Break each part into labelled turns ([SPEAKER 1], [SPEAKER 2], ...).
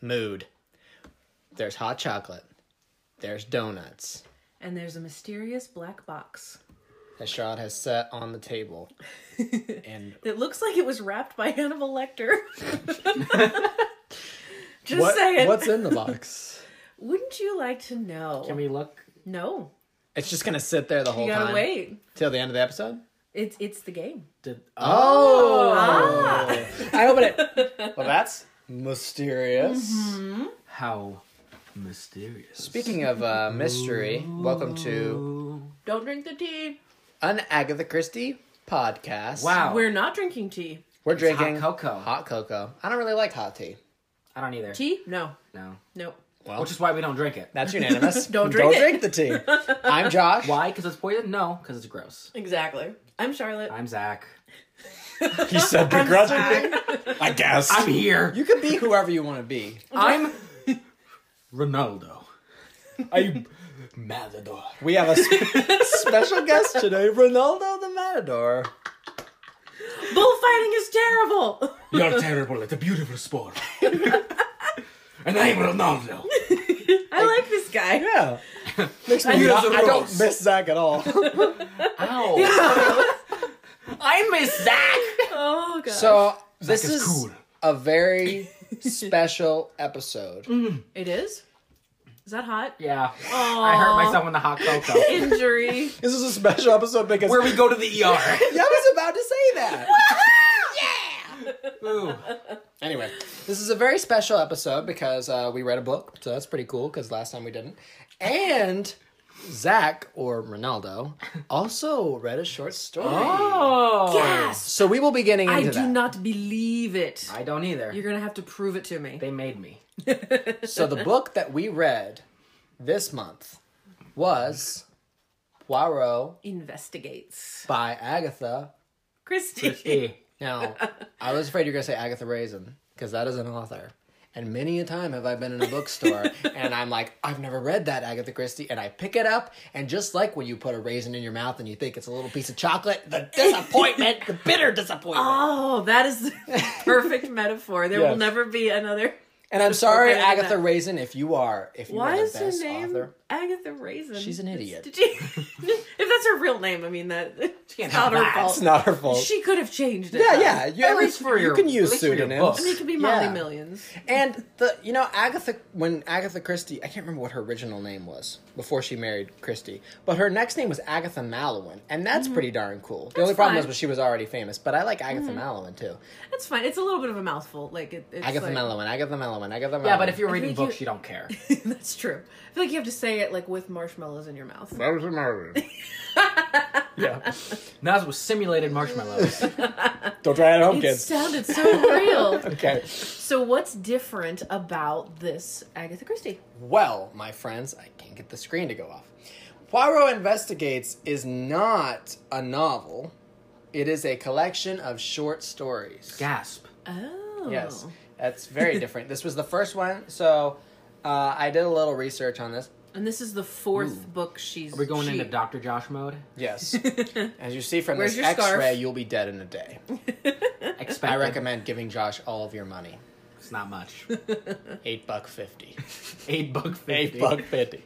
[SPEAKER 1] Mood. There's hot chocolate. There's donuts.
[SPEAKER 2] And there's a mysterious black box
[SPEAKER 1] That Charlotte has set on the table. and
[SPEAKER 2] that looks like it was wrapped by Hannibal Lecter. Just
[SPEAKER 1] what-
[SPEAKER 2] saying.
[SPEAKER 1] what's in the box?
[SPEAKER 2] Wouldn't you like to know?
[SPEAKER 3] Can we look?
[SPEAKER 2] No,
[SPEAKER 1] It's just gonna sit there the whole
[SPEAKER 2] you gotta
[SPEAKER 1] time
[SPEAKER 2] wait.
[SPEAKER 1] till the end of the episode.
[SPEAKER 2] It's it's the game.
[SPEAKER 3] Did,
[SPEAKER 1] Oh,
[SPEAKER 2] Ah.
[SPEAKER 1] I open it. Well, that's mysterious.
[SPEAKER 3] How mysterious.
[SPEAKER 1] Speaking of uh, mystery, welcome to
[SPEAKER 2] Don't drink the tea.
[SPEAKER 1] an Agatha Christie podcast.
[SPEAKER 3] Wow.
[SPEAKER 2] We're not drinking tea.
[SPEAKER 1] we're
[SPEAKER 3] hot
[SPEAKER 1] drinking
[SPEAKER 3] cocoa.
[SPEAKER 1] Hot cocoa. I don't really like hot tea.
[SPEAKER 3] I don't either.
[SPEAKER 2] Tea? No,
[SPEAKER 3] No.
[SPEAKER 2] no.
[SPEAKER 1] Well,
[SPEAKER 3] Which is why we don't drink it.
[SPEAKER 1] that's unanimous.
[SPEAKER 2] Don't drink
[SPEAKER 1] Don't drink the tea. I'm Josh.
[SPEAKER 3] Why? Because it's poison? No, because it's gross.
[SPEAKER 2] Exactly. I'm Charlotte.
[SPEAKER 3] I'm Zach.
[SPEAKER 1] He said begrudgingly. I guess.
[SPEAKER 3] I'm here.
[SPEAKER 1] you can be whoever you want to be.
[SPEAKER 3] I'm Ronaldo. I'm Matador.
[SPEAKER 1] We have a sp- special guest today, Ronaldo the Matador.
[SPEAKER 2] Bullfighting is terrible.
[SPEAKER 3] You're terrible at a beautiful sport. and I'm Ronaldo.
[SPEAKER 2] I like this guy.
[SPEAKER 1] Yeah. Makes me
[SPEAKER 3] You
[SPEAKER 1] not-
[SPEAKER 3] don't-
[SPEAKER 1] I don't
[SPEAKER 3] gross.
[SPEAKER 1] miss Zach at all.
[SPEAKER 3] Ow. I miss Zach.
[SPEAKER 2] Oh god.
[SPEAKER 1] So this
[SPEAKER 3] is
[SPEAKER 1] is
[SPEAKER 3] cool.
[SPEAKER 1] a very special episode.
[SPEAKER 3] Mm.
[SPEAKER 2] it is. Is that hot?
[SPEAKER 3] Yeah.
[SPEAKER 2] Oh,
[SPEAKER 3] I hurt myself in the hot cocoa.
[SPEAKER 2] Injury.
[SPEAKER 1] This is a special episode because
[SPEAKER 3] Where we go to the ER.
[SPEAKER 1] I was about to say that.
[SPEAKER 3] Ooh.
[SPEAKER 1] anyway, this is a very special episode because uh, we read a book, so that's pretty cool. Because last time we didn't, and Zach or Ronaldo also read a short story.
[SPEAKER 3] Oh.
[SPEAKER 2] Yes.
[SPEAKER 1] So we will be getting into
[SPEAKER 2] I do
[SPEAKER 1] that.
[SPEAKER 2] not believe it.
[SPEAKER 3] I don't either.
[SPEAKER 2] You're gonna have to prove it to me.
[SPEAKER 3] They made me.
[SPEAKER 1] So the book that we read this month was Poirot
[SPEAKER 2] Investigates.
[SPEAKER 1] by Agatha.
[SPEAKER 2] Christy.
[SPEAKER 3] Eh.
[SPEAKER 1] Now, I was afraid you were going to say Agatha Raisin because that is an author. And many a time have I been in a bookstore and I'm like, I've never read that Agatha Christie. And I pick it up, and just like when you put a raisin in your mouth and you think it's a little piece of chocolate, the disappointment, the bitter disappointment.
[SPEAKER 2] Oh, that is the perfect metaphor. There
[SPEAKER 1] Yes.
[SPEAKER 2] will never be another.
[SPEAKER 1] and I'm sorry,
[SPEAKER 2] okay, I get
[SPEAKER 1] Agatha
[SPEAKER 2] that.
[SPEAKER 1] Raisin, if you are, if you
[SPEAKER 2] Why
[SPEAKER 1] are
[SPEAKER 2] is
[SPEAKER 1] the
[SPEAKER 2] her
[SPEAKER 1] best
[SPEAKER 2] name
[SPEAKER 1] author.
[SPEAKER 2] Agatha Raisin?
[SPEAKER 1] She's an idiot.
[SPEAKER 2] Did you? if that's her real name, I mean that. She
[SPEAKER 3] can't
[SPEAKER 2] can't
[SPEAKER 3] have
[SPEAKER 2] not her
[SPEAKER 3] that.
[SPEAKER 2] fault.
[SPEAKER 1] It's not her fault.
[SPEAKER 2] She could have changed it.
[SPEAKER 1] yeah, yeah. You,
[SPEAKER 3] At least for your-
[SPEAKER 1] you can
[SPEAKER 3] at
[SPEAKER 1] use
[SPEAKER 3] least for your
[SPEAKER 1] pseudonyms.
[SPEAKER 3] book.
[SPEAKER 2] I mean, it could be Molly
[SPEAKER 1] Yeah.
[SPEAKER 2] Millions.
[SPEAKER 1] And the you know Agatha when Agatha Christie I can't remember what her original name was before she married Christie, but her next name was Agatha Malowin, and that's
[SPEAKER 3] Mm-hmm.
[SPEAKER 1] pretty darn cool. the only problem
[SPEAKER 2] fine.
[SPEAKER 1] was she was already famous, but I like Agatha
[SPEAKER 3] Mm-hmm.
[SPEAKER 1] Malowin too.
[SPEAKER 2] That's fine. It's a little bit of a mouthful. Like it, it's
[SPEAKER 1] Agatha
[SPEAKER 2] like,
[SPEAKER 1] Malowin, Agatha Malowin, Agatha Malowin.
[SPEAKER 3] Yeah, but if you're reading
[SPEAKER 2] think you-
[SPEAKER 3] books, you don't care.
[SPEAKER 2] That's true. I feel like you have to say it like with marshmallows in your mouth.
[SPEAKER 1] Agatha Malowin,
[SPEAKER 3] yeah. That was simulated marshmallows.
[SPEAKER 1] don't try it at home,
[SPEAKER 2] It
[SPEAKER 1] kids.
[SPEAKER 2] sounded so real.
[SPEAKER 1] Okay.
[SPEAKER 2] So, what's different about this Agatha Christie?
[SPEAKER 1] Well, my friends, I can't get the screen to go off. Poirot Investigates is not a novel. It is a collection of short stories.
[SPEAKER 3] Gasp.
[SPEAKER 2] Oh,
[SPEAKER 1] Yes, that's very different. this was the first one, so uh, I did a little research on this.
[SPEAKER 2] And this is the fourth book she's.
[SPEAKER 3] Are we going
[SPEAKER 2] she,
[SPEAKER 3] into Dr. Josh mode?
[SPEAKER 1] Yes, as you see from
[SPEAKER 2] Where's
[SPEAKER 1] this
[SPEAKER 2] your
[SPEAKER 1] X-ray,
[SPEAKER 2] scarf?
[SPEAKER 1] you'll be dead in a day.
[SPEAKER 3] Expect
[SPEAKER 1] I recommend giving Josh all of your money.
[SPEAKER 3] It's not much.
[SPEAKER 1] Eight buck fifty.
[SPEAKER 3] Eight buck fifty.
[SPEAKER 1] Eight buck fifty.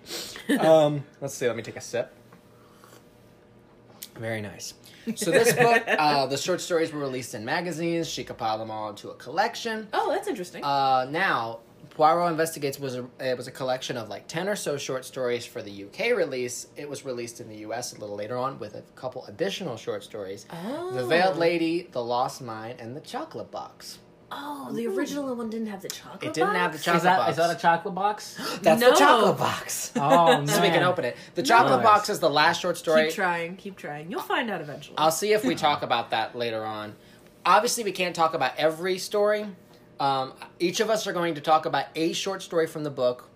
[SPEAKER 1] Um, let's see. Let me take a sip. Very nice. So this book, uh, the short stories were released in magazines. She compiled them all into a collection.
[SPEAKER 2] Oh, that's interesting.
[SPEAKER 1] Uh, now, Poirot Investigates was a, it was a collection of like 10 or so short stories for the UK release. It was released in the US a little later on with a couple additional short stories
[SPEAKER 2] Oh.
[SPEAKER 1] The Veiled Lady, The Lost Mine, and The Chocolate Box.
[SPEAKER 2] oh, the original one didn't have the chocolate.
[SPEAKER 1] It didn't have the
[SPEAKER 2] box?
[SPEAKER 1] chocolate
[SPEAKER 3] Is that,
[SPEAKER 1] box.
[SPEAKER 3] is that a chocolate box?
[SPEAKER 1] That's the
[SPEAKER 2] No.
[SPEAKER 1] chocolate box.
[SPEAKER 3] Oh, man.
[SPEAKER 1] so we can open it. The chocolate
[SPEAKER 3] Nice.
[SPEAKER 1] box is the last short story.
[SPEAKER 2] Keep trying, keep trying. You'll find out eventually.
[SPEAKER 1] Uh, I'll see if we talk about that later on. Obviously, we can't talk about every story. Um, each of us are going to talk about a short story from the book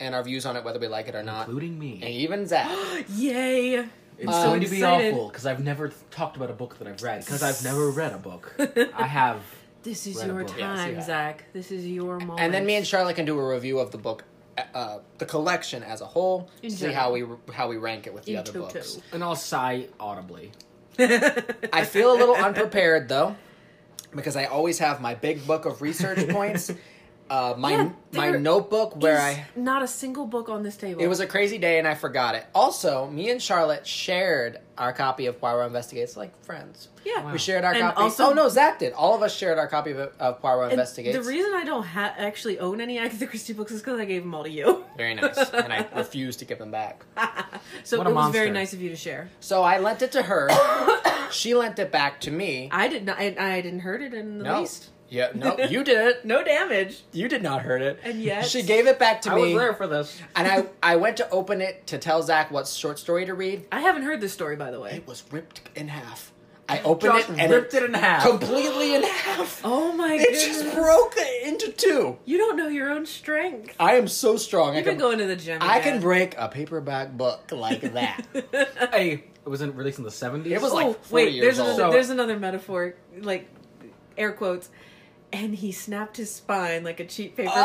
[SPEAKER 1] and our views on it, whether we like it or not.
[SPEAKER 3] Including me.
[SPEAKER 1] And even Zach.
[SPEAKER 2] Yay!
[SPEAKER 3] It's
[SPEAKER 1] Um,
[SPEAKER 3] going to be
[SPEAKER 2] excited.
[SPEAKER 3] awful because I've never th- talked about a book that I've read because I've never read a book. I have.
[SPEAKER 2] This is
[SPEAKER 3] Read a
[SPEAKER 2] your
[SPEAKER 3] book.
[SPEAKER 1] Yeah, I see
[SPEAKER 2] time,
[SPEAKER 1] that.
[SPEAKER 2] Zach. This is your moment.
[SPEAKER 1] and then me and Charlotte can do a review of the book, uh, uh, the collection as a whole,
[SPEAKER 2] In
[SPEAKER 1] see how we how we rank it with the
[SPEAKER 2] In
[SPEAKER 1] other
[SPEAKER 2] toto.
[SPEAKER 1] books.
[SPEAKER 3] And I'll sigh audibly.
[SPEAKER 1] I feel a little unprepared though, because I always have my big book of research points. uh, my
[SPEAKER 2] Yeah,
[SPEAKER 1] my
[SPEAKER 2] there
[SPEAKER 1] notebook where
[SPEAKER 2] is
[SPEAKER 1] I
[SPEAKER 2] not a single book on this table.
[SPEAKER 1] it was a crazy day and I forgot it. Also, me and Charlotte shared our copy of Poirot Investigates like friends.
[SPEAKER 2] yeah.
[SPEAKER 1] We shared our
[SPEAKER 2] Ah. And
[SPEAKER 1] copy.
[SPEAKER 2] also-
[SPEAKER 1] oh no, Zach did. All of us shared our copy of, of Poirot
[SPEAKER 2] And
[SPEAKER 1] Investigates.
[SPEAKER 2] The reason I don't ha- actually own any Agatha Christie books is because I gave them all to you.
[SPEAKER 1] very nice, and I refused to give them back.
[SPEAKER 2] So
[SPEAKER 3] What
[SPEAKER 2] it
[SPEAKER 3] a
[SPEAKER 2] was very
[SPEAKER 3] monster.
[SPEAKER 2] nice of you to share.
[SPEAKER 1] So I lent it to her. she lent it back to me.
[SPEAKER 2] I did not. I, I didn't hurt it in the
[SPEAKER 1] no,
[SPEAKER 2] least.
[SPEAKER 1] yeah, no, you didn't.
[SPEAKER 2] No damage.
[SPEAKER 1] You did not hurt it.
[SPEAKER 2] And yet-
[SPEAKER 1] she gave it back to
[SPEAKER 3] I
[SPEAKER 1] me.
[SPEAKER 3] was there for this.
[SPEAKER 1] and I, I went to open it to tell Zach what short story to read.
[SPEAKER 2] I haven't heard this story, by the way.
[SPEAKER 1] It was ripped in half. I opened
[SPEAKER 3] Josh
[SPEAKER 1] it and
[SPEAKER 3] ripped it in half.
[SPEAKER 1] completely in half.
[SPEAKER 2] Oh my
[SPEAKER 1] it
[SPEAKER 2] goodness!
[SPEAKER 1] just broke into two.
[SPEAKER 2] You don't know your own strength.
[SPEAKER 1] I am so strong. I
[SPEAKER 2] You've been
[SPEAKER 1] can,
[SPEAKER 2] going to the gym.
[SPEAKER 1] I
[SPEAKER 2] again.
[SPEAKER 1] can break a paperback book like that.
[SPEAKER 3] hey, it was in, released in the 70s.
[SPEAKER 1] It was
[SPEAKER 2] Oh
[SPEAKER 1] like- 40
[SPEAKER 2] wait,
[SPEAKER 1] years
[SPEAKER 2] there's
[SPEAKER 1] old.
[SPEAKER 2] another
[SPEAKER 3] So-
[SPEAKER 2] there's another metaphor, like air quotes, and he snapped his spine like a cheap paperback book.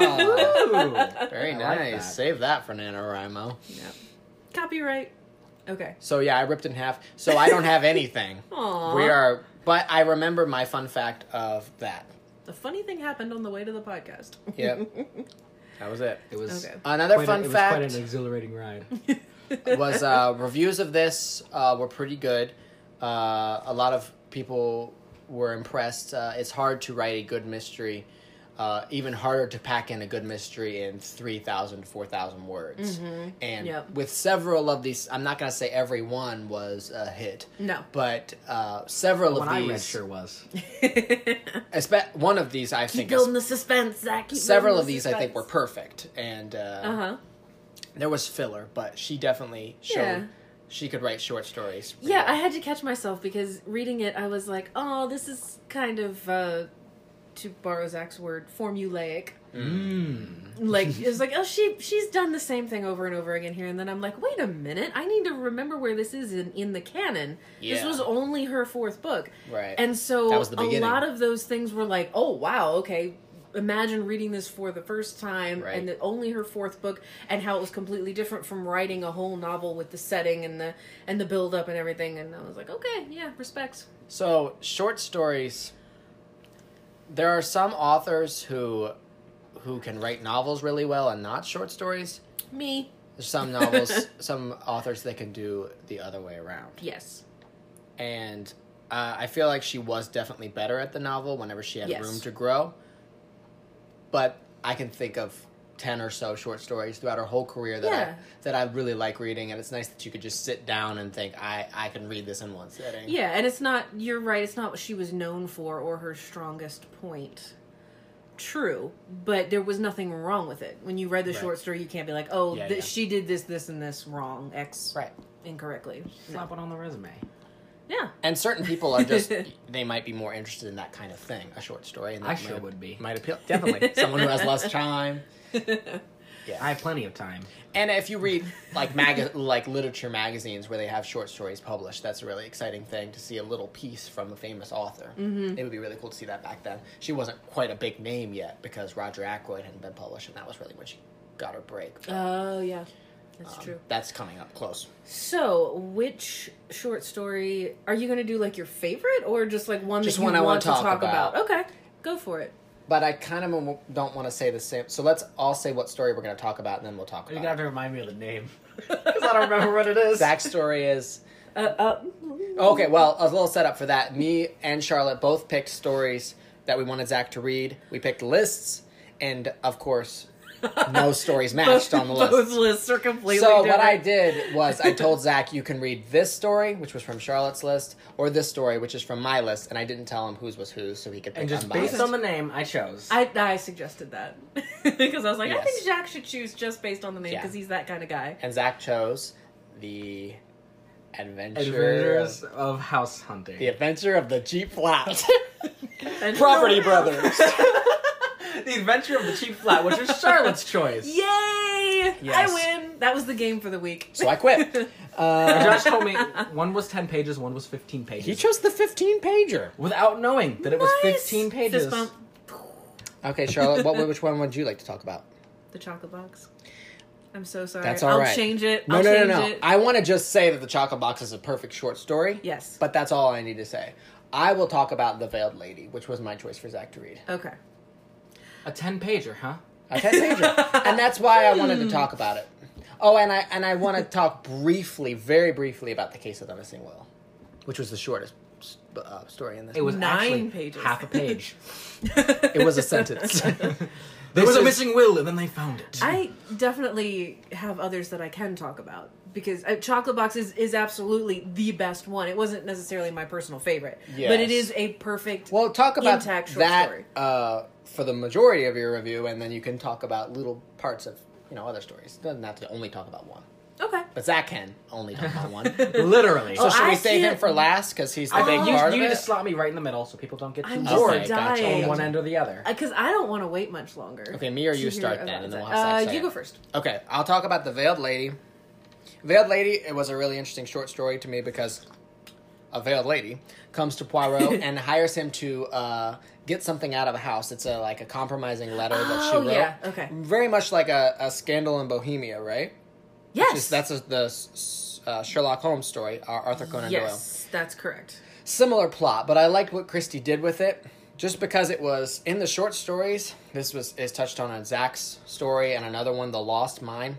[SPEAKER 1] Ah. Very
[SPEAKER 3] I like
[SPEAKER 1] nice.
[SPEAKER 3] that.
[SPEAKER 1] Save that for NaNoWriMo.
[SPEAKER 2] Yeah. Copyright. Okay.
[SPEAKER 1] So yeah, I ripped in half. So I don't have anything.
[SPEAKER 2] Aw.
[SPEAKER 1] We are, but I remember my fun fact of that.
[SPEAKER 2] The funny thing happened on the way to the podcast.
[SPEAKER 1] Yep, that was it.
[SPEAKER 3] It was
[SPEAKER 2] Okay.
[SPEAKER 1] Another
[SPEAKER 3] quite a-
[SPEAKER 1] fun
[SPEAKER 3] it was
[SPEAKER 1] fact
[SPEAKER 3] quite an exhilarating ride.
[SPEAKER 1] was uh, reviews of this uh, were pretty good. Uh, a lot of people were impressed. Uh, it's hard to write a good mystery, uh, even harder to pack in a good mystery in 3,000, 4,000 words. And
[SPEAKER 2] Mm-hmm. Yep.
[SPEAKER 1] with several of these, I'm not going to say every one was a hit.
[SPEAKER 2] No.
[SPEAKER 1] But uh, several
[SPEAKER 3] When
[SPEAKER 1] of
[SPEAKER 3] I
[SPEAKER 1] these,
[SPEAKER 3] read, sure was.
[SPEAKER 1] espe- one of these I think, is,
[SPEAKER 2] Building the suspense, Zach. keep
[SPEAKER 1] several
[SPEAKER 2] building
[SPEAKER 1] of
[SPEAKER 2] the
[SPEAKER 1] these I think were
[SPEAKER 2] suspense.
[SPEAKER 1] perfect. And uh,
[SPEAKER 2] Uh-huh.
[SPEAKER 1] there was filler, but she definitely showed
[SPEAKER 2] Yeah.
[SPEAKER 1] she could write short stories. pretty
[SPEAKER 2] Yeah,
[SPEAKER 1] well.
[SPEAKER 2] I had to catch myself because reading it, I was like, "Oh, this is kind of, uh, to borrow Zach's word, formulaic."
[SPEAKER 3] Mm.
[SPEAKER 2] Like it was like, "Oh, she she's done the same thing over and over again here," and then I'm like, "Wait a minute, I need to remember where this is in in the canon. This
[SPEAKER 1] Yeah.
[SPEAKER 2] was only her fourth book,
[SPEAKER 1] Right.
[SPEAKER 2] And so
[SPEAKER 1] That was the
[SPEAKER 2] a
[SPEAKER 1] beginning.
[SPEAKER 2] lot of those things were like, "Oh, wow, okay." Imagine reading this for the first time,
[SPEAKER 1] Right.
[SPEAKER 2] and that only her fourth book, and how it was completely different from writing a whole novel with the setting and the and the build up and everything. And I was like, okay, yeah, respects.
[SPEAKER 1] So short stories. There are some authors who, who can write novels really well and not short stories.
[SPEAKER 2] Me,
[SPEAKER 1] There's some novels, some authors that can do the other way around.
[SPEAKER 2] yes,
[SPEAKER 1] And uh, I feel like she was definitely better at the novel whenever she had
[SPEAKER 2] Yes.
[SPEAKER 1] room to grow. But I can think of ten or so short stories throughout her whole career that I,
[SPEAKER 2] Yeah.
[SPEAKER 1] that I really like reading, and it's nice that you could just sit down and think, I I can read this in one sitting.
[SPEAKER 2] yeah. And it's not. You're right. It's not what she was known for or her strongest point. True, but there was nothing wrong with it. When you read the
[SPEAKER 1] Right.
[SPEAKER 2] short story, you can't be like, oh,
[SPEAKER 1] Yeah,
[SPEAKER 2] th-
[SPEAKER 1] yeah.
[SPEAKER 2] she did this, this, and this wrong, X
[SPEAKER 1] Right.
[SPEAKER 2] incorrectly.
[SPEAKER 3] Slap it on the resume.
[SPEAKER 2] Yeah.
[SPEAKER 1] And certain people are just they might be more interested in that kind of thing, a short story. And
[SPEAKER 3] I
[SPEAKER 1] that
[SPEAKER 3] sure
[SPEAKER 1] might-
[SPEAKER 3] would be.
[SPEAKER 1] Might appeal definitely. Someone who has less time.
[SPEAKER 3] I have plenty of time.
[SPEAKER 1] And if you read like mag like literature magazines where they have short stories published, that's a really exciting thing to see a little piece from a famous author.
[SPEAKER 2] Mm-hmm.
[SPEAKER 1] It would be really cool to see that back then. She wasn't quite a big name yet because Roger Ackroyd hadn't been published, and that was really when she got her break.
[SPEAKER 2] Oh yeah, that's
[SPEAKER 1] Um,
[SPEAKER 2] true.
[SPEAKER 1] That's coming up close.
[SPEAKER 2] So, which short story are you going to do? Like your favorite, or just like one
[SPEAKER 1] Just
[SPEAKER 2] that you
[SPEAKER 1] one I
[SPEAKER 2] want
[SPEAKER 1] wanna
[SPEAKER 2] to
[SPEAKER 1] talk
[SPEAKER 2] talk, about. Okay, go for it.
[SPEAKER 1] But I kind of don't want to say the same. So let's all say what story we're going to talk about, and then we'll talk
[SPEAKER 3] You
[SPEAKER 1] about
[SPEAKER 3] gotta have
[SPEAKER 1] it.
[SPEAKER 3] to remind me of the name. 'Cause I don't remember what it is.
[SPEAKER 1] Zach's story is
[SPEAKER 2] Uh, uh,
[SPEAKER 1] Okay, well, a little setup for that. Me and Charlotte both picked stories that we wanted Zach to read. We picked lists, and of course, no stories matched on the
[SPEAKER 2] Both
[SPEAKER 1] list.
[SPEAKER 2] lists are completely
[SPEAKER 1] So
[SPEAKER 2] different.
[SPEAKER 1] what I did was I told Zach, "You can read this story, which was from Charlotte's list, or this story, which is from my list," and I didn't tell him whose was whose, so he could pick
[SPEAKER 3] And just
[SPEAKER 1] unbiased.
[SPEAKER 3] based on the name, I chose.
[SPEAKER 2] I, I suggested that because I was like, I
[SPEAKER 1] Yes.
[SPEAKER 2] think Jack should choose just based on the name
[SPEAKER 1] Yeah.
[SPEAKER 2] because he's that kind of guy.
[SPEAKER 1] and Zach chose the adventure,
[SPEAKER 3] Adventures of House Hunting.
[SPEAKER 1] the adventure of the Jeep Flat,
[SPEAKER 2] And-
[SPEAKER 1] Property Brothers.
[SPEAKER 3] The Adventure of the Cheap Flat, which is Charlotte's choice.
[SPEAKER 2] Yay!
[SPEAKER 1] Yes.
[SPEAKER 2] I win. That was the game for the week.
[SPEAKER 1] So I quit. Uh,
[SPEAKER 3] Josh told me one was 10 pages, one was 15 pages.
[SPEAKER 1] he chose the fifteen pager.
[SPEAKER 3] without knowing that it was 15 pages.
[SPEAKER 2] Fist bump.
[SPEAKER 1] Okay, Charlotte, what, which one would you like to talk about?
[SPEAKER 2] The chocolate box. I'm so sorry.
[SPEAKER 1] That's all
[SPEAKER 2] I'll
[SPEAKER 1] right.
[SPEAKER 2] change it.
[SPEAKER 1] No,
[SPEAKER 2] I'll
[SPEAKER 1] no, no,
[SPEAKER 2] change
[SPEAKER 1] no.
[SPEAKER 2] It.
[SPEAKER 1] I want to just say that the Chocolate Box is a perfect short story.
[SPEAKER 2] Yes.
[SPEAKER 1] But that's all I need to say. I will talk about The Veiled Lady, which was my choice for Zach to read.
[SPEAKER 2] Okay.
[SPEAKER 4] A ten pager, huh?
[SPEAKER 1] A ten pager. and that's why
[SPEAKER 2] Hmm.
[SPEAKER 1] I wanted to talk about it. Oh, and I and I want to talk briefly, very briefly, about the case of the missing will, which was the shortest uh, story in this.
[SPEAKER 4] It was
[SPEAKER 2] Nine
[SPEAKER 4] actually
[SPEAKER 2] pages.
[SPEAKER 4] half a page.
[SPEAKER 1] It was a sentence.
[SPEAKER 4] there was a
[SPEAKER 1] is-
[SPEAKER 4] missing will, and then they found it.
[SPEAKER 2] I definitely have others that I can talk about because uh, Chocolate Box is, is absolutely the best one. It wasn't necessarily my personal favorite, but
[SPEAKER 1] Yes.
[SPEAKER 2] it is a perfect.
[SPEAKER 1] well, talk about
[SPEAKER 2] intact short
[SPEAKER 1] that
[SPEAKER 2] story.
[SPEAKER 1] uh, for the majority of your review, and then you can talk about little parts of you know other stories. Doesn't have to only talk about one,
[SPEAKER 2] Okay.
[SPEAKER 1] but Zach can only talk about one. So
[SPEAKER 4] Literally.
[SPEAKER 2] Oh,
[SPEAKER 1] should we
[SPEAKER 2] I
[SPEAKER 1] save him
[SPEAKER 2] can't-
[SPEAKER 1] for last because he's the
[SPEAKER 4] I
[SPEAKER 1] big
[SPEAKER 4] think
[SPEAKER 1] Oh, part
[SPEAKER 4] you, you
[SPEAKER 1] of
[SPEAKER 4] need
[SPEAKER 1] it?
[SPEAKER 4] to slot me right in the middle so people don't get too
[SPEAKER 2] I'm
[SPEAKER 1] just
[SPEAKER 4] bored
[SPEAKER 2] dying.
[SPEAKER 4] on one
[SPEAKER 1] gotcha.
[SPEAKER 4] end or the other.
[SPEAKER 2] Because I don't want to wait much longer.
[SPEAKER 1] Okay, me or
[SPEAKER 2] to
[SPEAKER 1] you
[SPEAKER 2] hear
[SPEAKER 1] start
[SPEAKER 2] about
[SPEAKER 1] then, and then we'll
[SPEAKER 2] that.
[SPEAKER 1] have Zach
[SPEAKER 2] uh,
[SPEAKER 1] say
[SPEAKER 2] You
[SPEAKER 1] it.
[SPEAKER 2] go first.
[SPEAKER 1] Okay, I'll talk about the Veiled Lady. Veiled Lady, it was a really interesting short story to me because a veiled lady comes to Poirot and hires him to uh, get something out of a house. It's a like a compromising letter that she
[SPEAKER 2] Oh,
[SPEAKER 1] wrote.
[SPEAKER 2] yeah, okay.
[SPEAKER 1] Very much like a, a scandal in Bohemia, right?
[SPEAKER 2] Yes.
[SPEAKER 1] Just, that's a, the s- uh, Sherlock Holmes story, Ar- Arthur Conan Doyle
[SPEAKER 2] yes, that's correct.
[SPEAKER 1] similar plot, but I liked what Christie did with it. Just because it was in the short stories, this was is touched on in Zach's story and another one, The Lost Mine.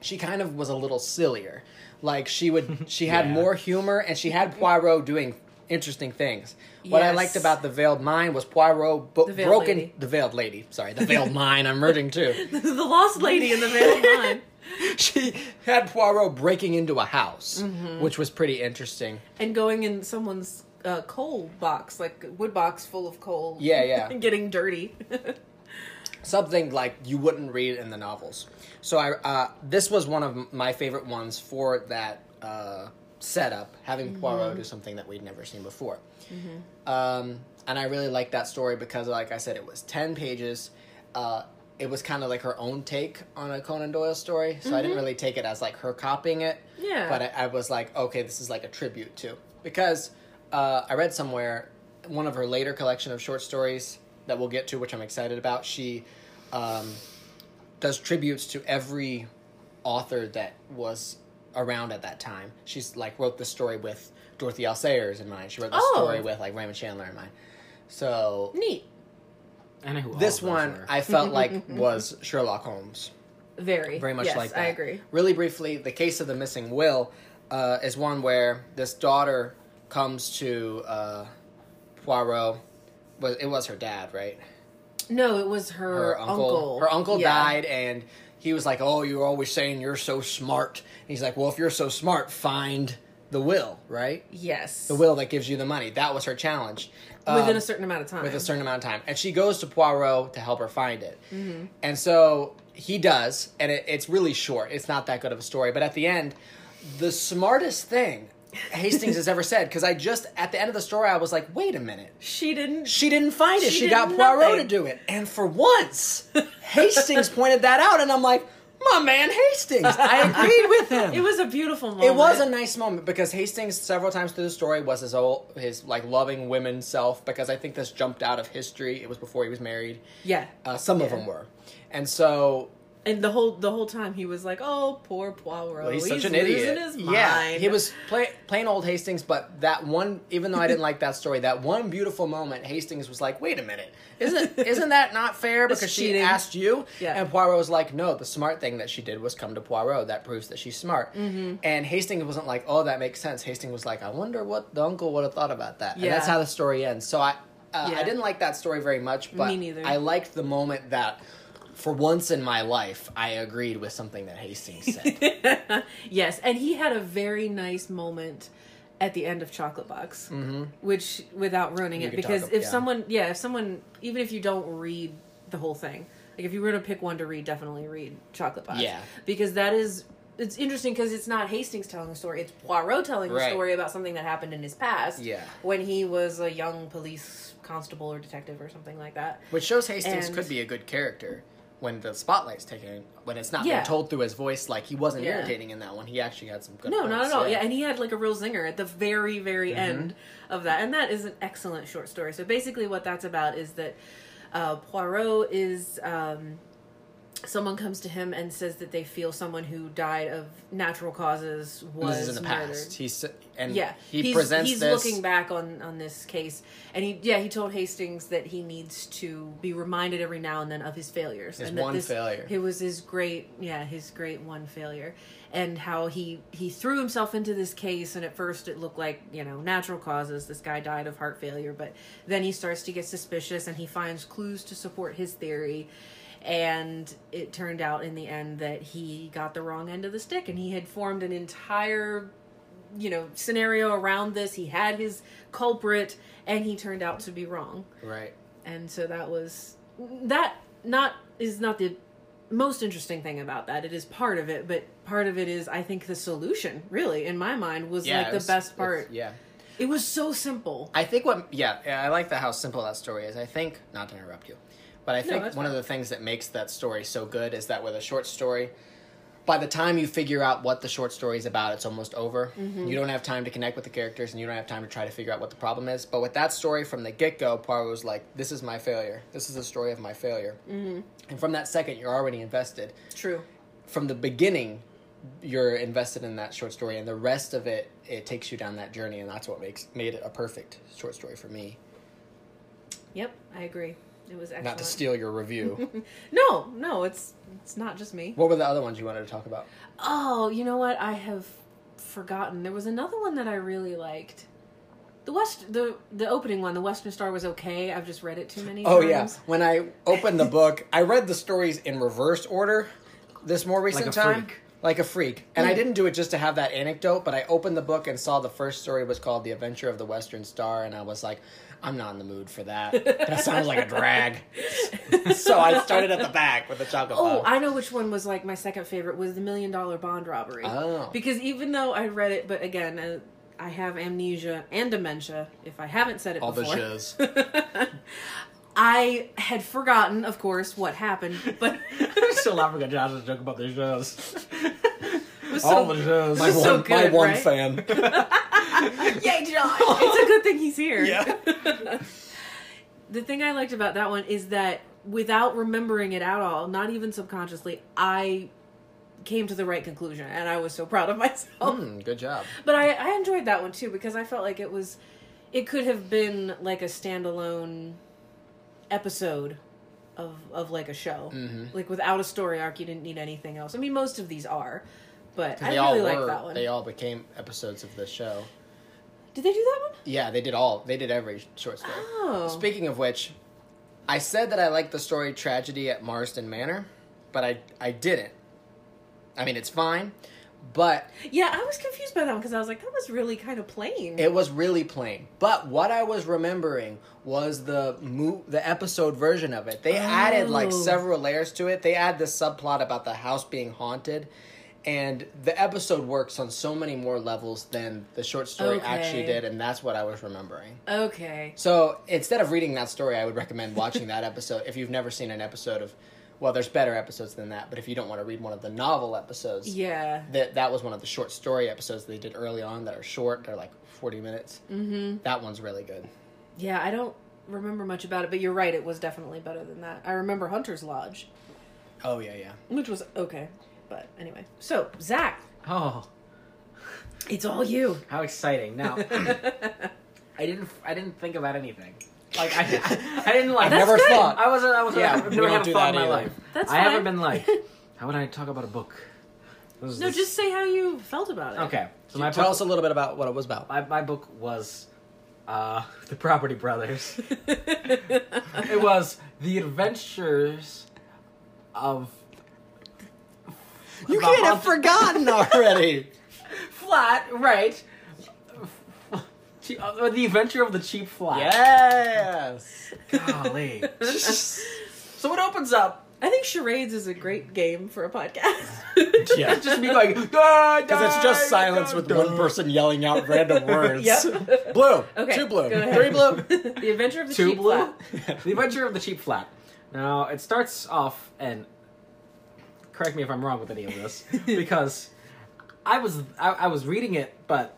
[SPEAKER 1] She kind of was a little sillier. Like she would she had more humor and she had Poirot doing interesting things. What I
[SPEAKER 2] Yes.
[SPEAKER 1] liked about The Veiled Mine was Poirot bo-
[SPEAKER 2] The Veiled
[SPEAKER 1] broken
[SPEAKER 2] Lady.
[SPEAKER 1] the Veiled Lady. Sorry, the Veiled Mine, I'm merging too.
[SPEAKER 2] the lost lady in the veil of mine.
[SPEAKER 1] She had Poirot breaking into a house, which was pretty interesting.
[SPEAKER 2] and going in someone's uh, coal box, like wood box full of coal.
[SPEAKER 1] Yeah, yeah.
[SPEAKER 2] and getting dirty.
[SPEAKER 1] something like you wouldn't read in the novels. So I uh, this was one of m- my favorite ones for that uh, setup, having Poirot do something that we'd never seen before. Um, and I really liked that story because, like I said, it was ten pages. Uh, it was kind of like her own take on a Conan Doyle story, so I didn't really take it as like her copying it.
[SPEAKER 2] Yeah.
[SPEAKER 1] But I, I was like, okay, this is like a tribute to because uh, I read somewhere one of her later collection of short stories that we'll get to, which I'm excited about. She um, does tributes to every author that was around at that time. She's like wrote the story with Dorothy L. Sayers in mind. She wrote the
[SPEAKER 2] Oh.
[SPEAKER 1] story with like Raymond Chandler in mind. So
[SPEAKER 2] Neat.
[SPEAKER 4] I know who all
[SPEAKER 1] this
[SPEAKER 4] of those
[SPEAKER 1] one
[SPEAKER 4] were.
[SPEAKER 1] I felt like was Sherlock Holmes
[SPEAKER 2] Very.
[SPEAKER 1] very much
[SPEAKER 2] yes,
[SPEAKER 1] like that.
[SPEAKER 2] I agree.
[SPEAKER 1] Really briefly, the case of the missing will uh, is one where this daughter comes to uh, Poirot. Was it was her dad, right?
[SPEAKER 2] No, it was her,
[SPEAKER 1] Her uncle.
[SPEAKER 2] uncle.
[SPEAKER 1] Her uncle
[SPEAKER 2] Yeah.
[SPEAKER 1] died, and he was like, "Oh, you're always saying you're so smart." And he's like, "Well, if you're so smart, find the will, right?
[SPEAKER 2] Yes.
[SPEAKER 1] The will that gives you the money." That was her challenge.
[SPEAKER 2] Within
[SPEAKER 1] Um,
[SPEAKER 2] a certain amount of time.
[SPEAKER 1] with a certain amount of time. And she goes to Poirot to help her find it.
[SPEAKER 2] Mm-hmm.
[SPEAKER 1] And so he does, and it, it's really short. It's not that good of a story. But at the end, the smartest thing Hastings has ever said, because I just, at the end of the story, I was like, wait a minute.
[SPEAKER 2] she didn't.
[SPEAKER 1] She didn't find it. She,
[SPEAKER 2] She
[SPEAKER 1] got
[SPEAKER 2] did
[SPEAKER 1] Poirot
[SPEAKER 2] nothing.
[SPEAKER 1] to do it. And for once, Hastings pointed that out, and I'm like, my man Hastings. I agreed with him.
[SPEAKER 2] it was a beautiful moment.
[SPEAKER 1] It was a nice moment because Hastings several times through the story was his old his like loving women self because I think this jumped out of history. It was before he was married.
[SPEAKER 2] Yeah.
[SPEAKER 1] Uh, some of
[SPEAKER 2] Yeah.
[SPEAKER 1] them were, and so
[SPEAKER 2] And the whole the whole time he was like, "Oh, poor Poirot.
[SPEAKER 1] he's, such an
[SPEAKER 2] losing
[SPEAKER 1] idiot.
[SPEAKER 2] His mind.
[SPEAKER 1] Yeah, he was play, plain old Hastings. But that one, even though I didn't like that story, that one beautiful moment, Hastings was like, "Wait a minute, isn't isn't that not fair? Because she
[SPEAKER 2] cheating."
[SPEAKER 1] asked you."
[SPEAKER 2] Yeah.
[SPEAKER 1] And Poirot was like, "No, the smart thing that she did was come to Poirot. That proves that she's smart."
[SPEAKER 2] Mm-hmm.
[SPEAKER 1] And Hastings wasn't like, "Oh, that makes sense." Hastings was like, "I wonder what the uncle would have thought about that." And that's
[SPEAKER 2] Yeah.
[SPEAKER 1] how the story ends. So I. Uh, I
[SPEAKER 2] Yeah.
[SPEAKER 1] didn't like that story very much, but
[SPEAKER 2] Me neither.
[SPEAKER 1] I liked the moment that, for once in my life, I agreed with something that Hastings said.
[SPEAKER 2] Yes, and he had a very nice moment at the end of Chocolate Box, which without ruining it,
[SPEAKER 1] can Mm-hmm. talk
[SPEAKER 2] because
[SPEAKER 1] ab-
[SPEAKER 2] if
[SPEAKER 1] yeah.
[SPEAKER 2] someone, yeah, if someone, even if you don't read the whole thing, like if you were to pick one to read, definitely read Chocolate Box,
[SPEAKER 1] Yeah.
[SPEAKER 2] because that is it's interesting because it's not Hastings telling a story, it's Poirot telling
[SPEAKER 1] Right.
[SPEAKER 2] a story about something that happened in his past,
[SPEAKER 1] Yeah.
[SPEAKER 2] when he was a young police constable or detective or something like that.
[SPEAKER 1] Which shows Hastings
[SPEAKER 2] And-
[SPEAKER 1] could be a good character when the spotlight's taken, when it's not
[SPEAKER 2] Yeah.
[SPEAKER 1] being told through his voice. Like he wasn't
[SPEAKER 2] Yeah.
[SPEAKER 1] irritating in that one. He actually had some good.
[SPEAKER 2] No, not
[SPEAKER 1] points,
[SPEAKER 2] at all. Yeah. and he had like a real zinger at the very, very
[SPEAKER 1] Mm-hmm.
[SPEAKER 2] end of that, and that is an excellent short story. So basically, what that's about is that uh, Poirot is um, someone comes to him and says that they feel someone who died of natural causes was
[SPEAKER 1] This is in the
[SPEAKER 2] murdered.
[SPEAKER 1] past. He's and
[SPEAKER 2] Yeah,
[SPEAKER 1] he
[SPEAKER 2] he's,
[SPEAKER 1] presents
[SPEAKER 2] He's
[SPEAKER 1] this.
[SPEAKER 2] looking back on on this case, and he yeah he told Hastings that he needs to be reminded every now and then of his failures.
[SPEAKER 1] His
[SPEAKER 2] and that
[SPEAKER 1] one
[SPEAKER 2] this,
[SPEAKER 1] failure.
[SPEAKER 2] It was his great yeah his great one failure, and how he he threw himself into this case, and at first it looked like you know natural causes. This guy died of heart failure, but then he starts to get suspicious, and he finds clues to support his theory. And it turned out in the end that he got the wrong end of the stick, and he had formed an entire you know scenario around this he had his culprit and he turned out to be wrong
[SPEAKER 1] right.
[SPEAKER 2] and so that was that not is not the most interesting thing about that it is part of it but part of it is i think the solution really in my mind was
[SPEAKER 1] Yeah.
[SPEAKER 2] like
[SPEAKER 1] it
[SPEAKER 2] the
[SPEAKER 1] was-
[SPEAKER 2] best
[SPEAKER 1] it's-
[SPEAKER 2] part
[SPEAKER 1] Yeah.
[SPEAKER 2] it was so simple
[SPEAKER 1] I think what yeah, yeah, I like the how simple that story is. I think not to interrupt you, but I think
[SPEAKER 2] that's
[SPEAKER 1] one of
[SPEAKER 2] fine.
[SPEAKER 1] the things that makes that story so good is that with a short story, by the time you figure out what the short story is about, it's almost over.
[SPEAKER 2] Mm-hmm.
[SPEAKER 1] You don't have time to connect with the characters, and you don't have time to try to figure out what the problem is. But with that story from the get go, Poirot was like, "This is my failure. This is the story of my failure." Mm-hmm. And from that second, you're already invested
[SPEAKER 2] true
[SPEAKER 1] from the beginning you're invested in that short story and the rest of it it takes you down that journey and that's what makes made it a perfect short story for me
[SPEAKER 2] yep i agree it was excellent
[SPEAKER 1] not to steal your review
[SPEAKER 2] no no it's it's not just me
[SPEAKER 1] what were the other ones you wanted to talk about
[SPEAKER 2] Oh, you know what? I have forgotten. There was another one that I really liked. The West, the the opening one, the Western Star was okay. I've just read it too many
[SPEAKER 1] oh
[SPEAKER 2] times.
[SPEAKER 1] yeah when i opened the book i read the stories in reverse order this more recent
[SPEAKER 4] a
[SPEAKER 1] time
[SPEAKER 4] freak.
[SPEAKER 1] like a freak and i didn't do it just to have that anecdote but i opened the book and saw the first story was called the adventure of the western star and i was like i'm not in the mood for that that sounds like a drag so i started at the back with the chocolate bar.
[SPEAKER 2] Oh, I know which one was like my second favorite was the Million Dollar Bond Robbery.
[SPEAKER 1] Oh.
[SPEAKER 2] Because even though I read it, but again, uh, I have amnesia and dementia. If I haven't said it
[SPEAKER 1] all the
[SPEAKER 2] before,
[SPEAKER 1] jizz
[SPEAKER 2] I had forgotten, of course, what happened. But
[SPEAKER 4] I'm still laughing at Josh's joke about the shows.
[SPEAKER 2] so-
[SPEAKER 4] All the shows.
[SPEAKER 1] my
[SPEAKER 2] It's so
[SPEAKER 1] one, my
[SPEAKER 2] good,
[SPEAKER 1] one
[SPEAKER 2] right?
[SPEAKER 1] fan.
[SPEAKER 2] Yay, John! it's a good thing he's here. the thing I liked about that one is that without remembering it at all, not even subconsciously, I came to the right conclusion and I was so proud of myself.
[SPEAKER 1] Hmm, good job.
[SPEAKER 2] But I, I enjoyed that one too because I felt like it was it could have been like a standalone episode of of like a show.
[SPEAKER 1] Mm-hmm.
[SPEAKER 2] Like without a story arc you didn't need anything else. I mean most of these are, but I
[SPEAKER 1] They
[SPEAKER 2] really
[SPEAKER 1] all
[SPEAKER 2] like
[SPEAKER 1] were.
[SPEAKER 2] that one.
[SPEAKER 1] They all became episodes of the show.
[SPEAKER 2] Did they do that one?
[SPEAKER 1] Yeah, they did all. They did every short story.
[SPEAKER 2] Oh.
[SPEAKER 1] Speaking of which, I said that I liked the story tragedy at Marsden Manor, but I I didn't. I mean, it's fine, but
[SPEAKER 2] Yeah, I was confused by that one because I was like, that was really kind of plain.
[SPEAKER 1] It was really plain. But what I was remembering was the mo- the episode version of it. They added like
[SPEAKER 2] Oh.
[SPEAKER 1] several layers to it. They add this subplot about the house being haunted. And the episode works on so many more levels than the short story
[SPEAKER 2] Okay.
[SPEAKER 1] actually did, and that's what I was remembering.
[SPEAKER 2] okay.
[SPEAKER 1] So instead of reading that story, I would recommend watching that episode if you've never seen an episode of. Well, there's better episodes than that, but if you don't want to read one of the novel episodes,
[SPEAKER 2] Yeah.
[SPEAKER 1] that that was one of the short story episodes they did early on that are short. They're like forty minutes. Mm-hmm. That one's really good.
[SPEAKER 2] Yeah, I don't remember much about it, but you're right, it was definitely better than that. I remember Hunter's Lodge,
[SPEAKER 1] Oh yeah, yeah.
[SPEAKER 2] which was okay. But anyway. So, Zach,
[SPEAKER 4] Oh,
[SPEAKER 2] it's all you.
[SPEAKER 4] how exciting! Now, I didn't. I didn't think about anything. Like I, I, I didn't like.
[SPEAKER 1] I've never
[SPEAKER 2] good.
[SPEAKER 1] thought.
[SPEAKER 4] I wasn't. I wasn't.
[SPEAKER 1] Yeah,
[SPEAKER 4] I've
[SPEAKER 1] we
[SPEAKER 4] never
[SPEAKER 1] don't
[SPEAKER 4] had a
[SPEAKER 1] do
[SPEAKER 4] thought in
[SPEAKER 1] that
[SPEAKER 4] my
[SPEAKER 1] either.
[SPEAKER 4] life.
[SPEAKER 2] That's
[SPEAKER 4] I
[SPEAKER 2] fine.
[SPEAKER 4] haven't been like. How would I talk about a book? This is-
[SPEAKER 2] No, just say how you felt about it.
[SPEAKER 4] okay. So my
[SPEAKER 1] Tell
[SPEAKER 4] book,
[SPEAKER 1] us a little bit about what it was about.
[SPEAKER 4] my, my book was, uh, the Property Brothers. it was the adventures of
[SPEAKER 1] You
[SPEAKER 4] about
[SPEAKER 1] can't have forgotten already.
[SPEAKER 4] flat right. Che- uh, The adventure of the cheap flat.
[SPEAKER 1] yes.
[SPEAKER 4] Golly. so it opens up.
[SPEAKER 2] I think charades is a great game for a podcast.
[SPEAKER 1] Yeah.
[SPEAKER 4] Just me going, because
[SPEAKER 1] Because it's just silence with one person yelling out random words.
[SPEAKER 2] Yep.
[SPEAKER 1] Blue.
[SPEAKER 2] Okay,
[SPEAKER 1] Two blue.
[SPEAKER 2] go ahead.
[SPEAKER 1] Three blue.
[SPEAKER 2] the Adventure of the
[SPEAKER 4] Two
[SPEAKER 2] Cheap
[SPEAKER 4] blue.
[SPEAKER 2] Flat.
[SPEAKER 4] the adventure of the cheap flat. Now it starts off, and correct me if I'm wrong with any of this, because I was I, I was reading it, but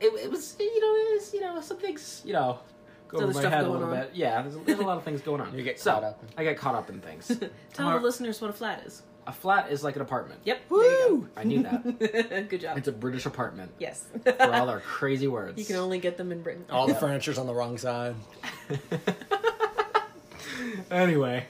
[SPEAKER 4] it, it was you know it was, you know some things you know go
[SPEAKER 2] So
[SPEAKER 4] over
[SPEAKER 2] there's
[SPEAKER 4] my
[SPEAKER 2] stuff
[SPEAKER 4] head a
[SPEAKER 2] going
[SPEAKER 4] little
[SPEAKER 2] on.
[SPEAKER 4] bit. Yeah, there's, there's a lot of things going on.
[SPEAKER 1] You get
[SPEAKER 4] so,
[SPEAKER 1] caught up in-
[SPEAKER 4] I got caught up in things.
[SPEAKER 2] Tell
[SPEAKER 4] Mar-
[SPEAKER 2] the listeners what a flat is.
[SPEAKER 4] a flat is like an apartment.
[SPEAKER 2] Yep.
[SPEAKER 4] Woo! I knew that.
[SPEAKER 2] Good job.
[SPEAKER 4] It's a British apartment
[SPEAKER 2] yes.
[SPEAKER 4] for all our crazy words.
[SPEAKER 2] you can only get them in Britain.
[SPEAKER 1] All the furniture's on the wrong side.
[SPEAKER 4] Anyway,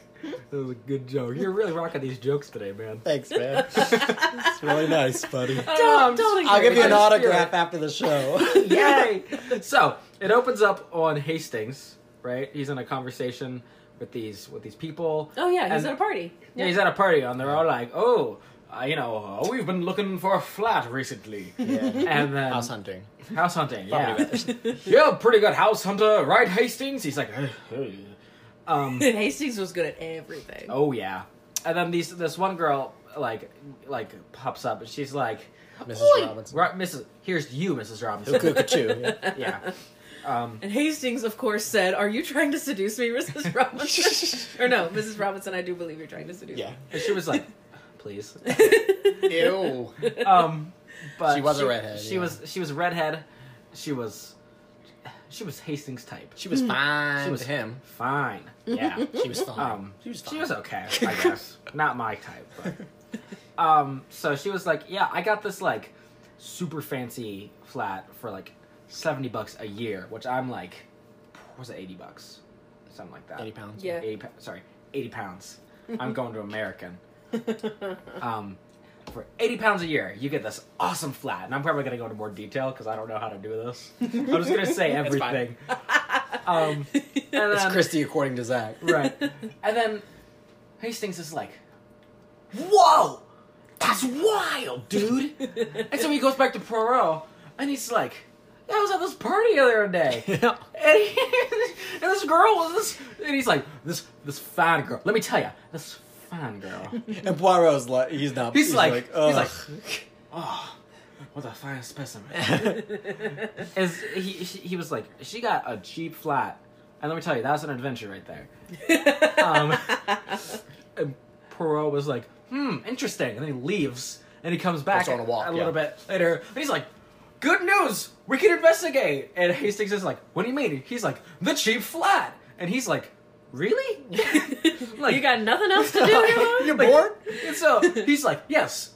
[SPEAKER 4] that was a good joke. You're really rocking these jokes today, man.
[SPEAKER 1] Thanks, man. it's really nice, buddy.
[SPEAKER 4] Oh,
[SPEAKER 2] don't, don't
[SPEAKER 1] I'll give you an
[SPEAKER 2] encourage
[SPEAKER 1] autograph after the show.
[SPEAKER 4] Yay! so it opens up on Hastings, right? He's in a conversation with these with these people.
[SPEAKER 2] Oh yeah, he's
[SPEAKER 4] And-
[SPEAKER 2] at a party.
[SPEAKER 4] Yeah, he's at a party, and they're all like, "Oh, uh, you know, uh, we've been looking for a flat recently." And then
[SPEAKER 1] House hunting.
[SPEAKER 4] house hunting,
[SPEAKER 1] Probably
[SPEAKER 4] yeah, yeah, pretty good house hunter, right, Hastings? He's like, um,
[SPEAKER 2] Hastings was good at everything.
[SPEAKER 4] oh yeah. And then these this one girl like like pops up, and she's like,
[SPEAKER 1] Mrs.
[SPEAKER 4] "Oi,
[SPEAKER 1] Robinson.
[SPEAKER 4] right, Mrs. Here's you, Mrs.
[SPEAKER 1] Who
[SPEAKER 4] Robinson."
[SPEAKER 1] could could chew? Yeah.
[SPEAKER 4] yeah. Um,
[SPEAKER 2] And Hastings, of course, said, "Are you trying to seduce me, Mrs. Robinson?" or no, Mrs. Robinson, I do believe you're trying to seduce
[SPEAKER 1] yeah.
[SPEAKER 4] and she was like, "Please."
[SPEAKER 2] me.
[SPEAKER 1] Ew.
[SPEAKER 4] Um, but
[SPEAKER 1] She was a redhead,
[SPEAKER 4] She
[SPEAKER 1] yeah.
[SPEAKER 4] was she was redhead. She was she was Hastings type.
[SPEAKER 1] She was fine.
[SPEAKER 4] She was-
[SPEAKER 1] to him.
[SPEAKER 4] Fine. Yeah.
[SPEAKER 1] She was fine.
[SPEAKER 4] Um,
[SPEAKER 1] she was fine.
[SPEAKER 4] she was okay, I guess. Not my type, but. Um, so she was like, yeah, I got this, like, super fancy flat for, like, 70 bucks a year, which I'm like, was it 80 bucks? Something like that.
[SPEAKER 1] eighty pounds.
[SPEAKER 2] Yeah.
[SPEAKER 4] 80 pou- sorry, 80 pounds. I'm going to American. Um, for 80 pounds a year, you get this awesome flat. And I'm probably going to go into more detail because I don't know how to do this. I'm just going to say
[SPEAKER 1] It's fine.
[SPEAKER 4] everything. Um, and
[SPEAKER 1] It's
[SPEAKER 4] then-
[SPEAKER 1] Christy according to Zach.
[SPEAKER 4] Right. And then Hastings is like, Whoa! That's wild, dude! and so he goes back to Poirot and he's like, "Yeah, I was at this party the other day.
[SPEAKER 1] Yeah.
[SPEAKER 4] And, he, and this girl was this, and he's like, this this fine girl. Let me tell you, this fine girl.
[SPEAKER 1] And Poirot's like, he's not.
[SPEAKER 4] He's, like, he's like, "Hmm?"
[SPEAKER 1] "Ugh."
[SPEAKER 4] oh, what a fine specimen. As he, he he was like, she got a cheap flat, and let me tell you, that's an adventure right there. Um, and Poirot was like, hmm, interesting, and then he leaves, and he comes back
[SPEAKER 1] Goes on a walk,
[SPEAKER 4] little
[SPEAKER 1] yeah.
[SPEAKER 4] bit later, and he's like. Good news! We can investigate! And Hastings is like, What do you mean? He's like, The cheap flat! And he's like, Really? like,
[SPEAKER 2] you got nothing else to do. Hero?
[SPEAKER 1] You're bored?
[SPEAKER 4] and so he's like, yes.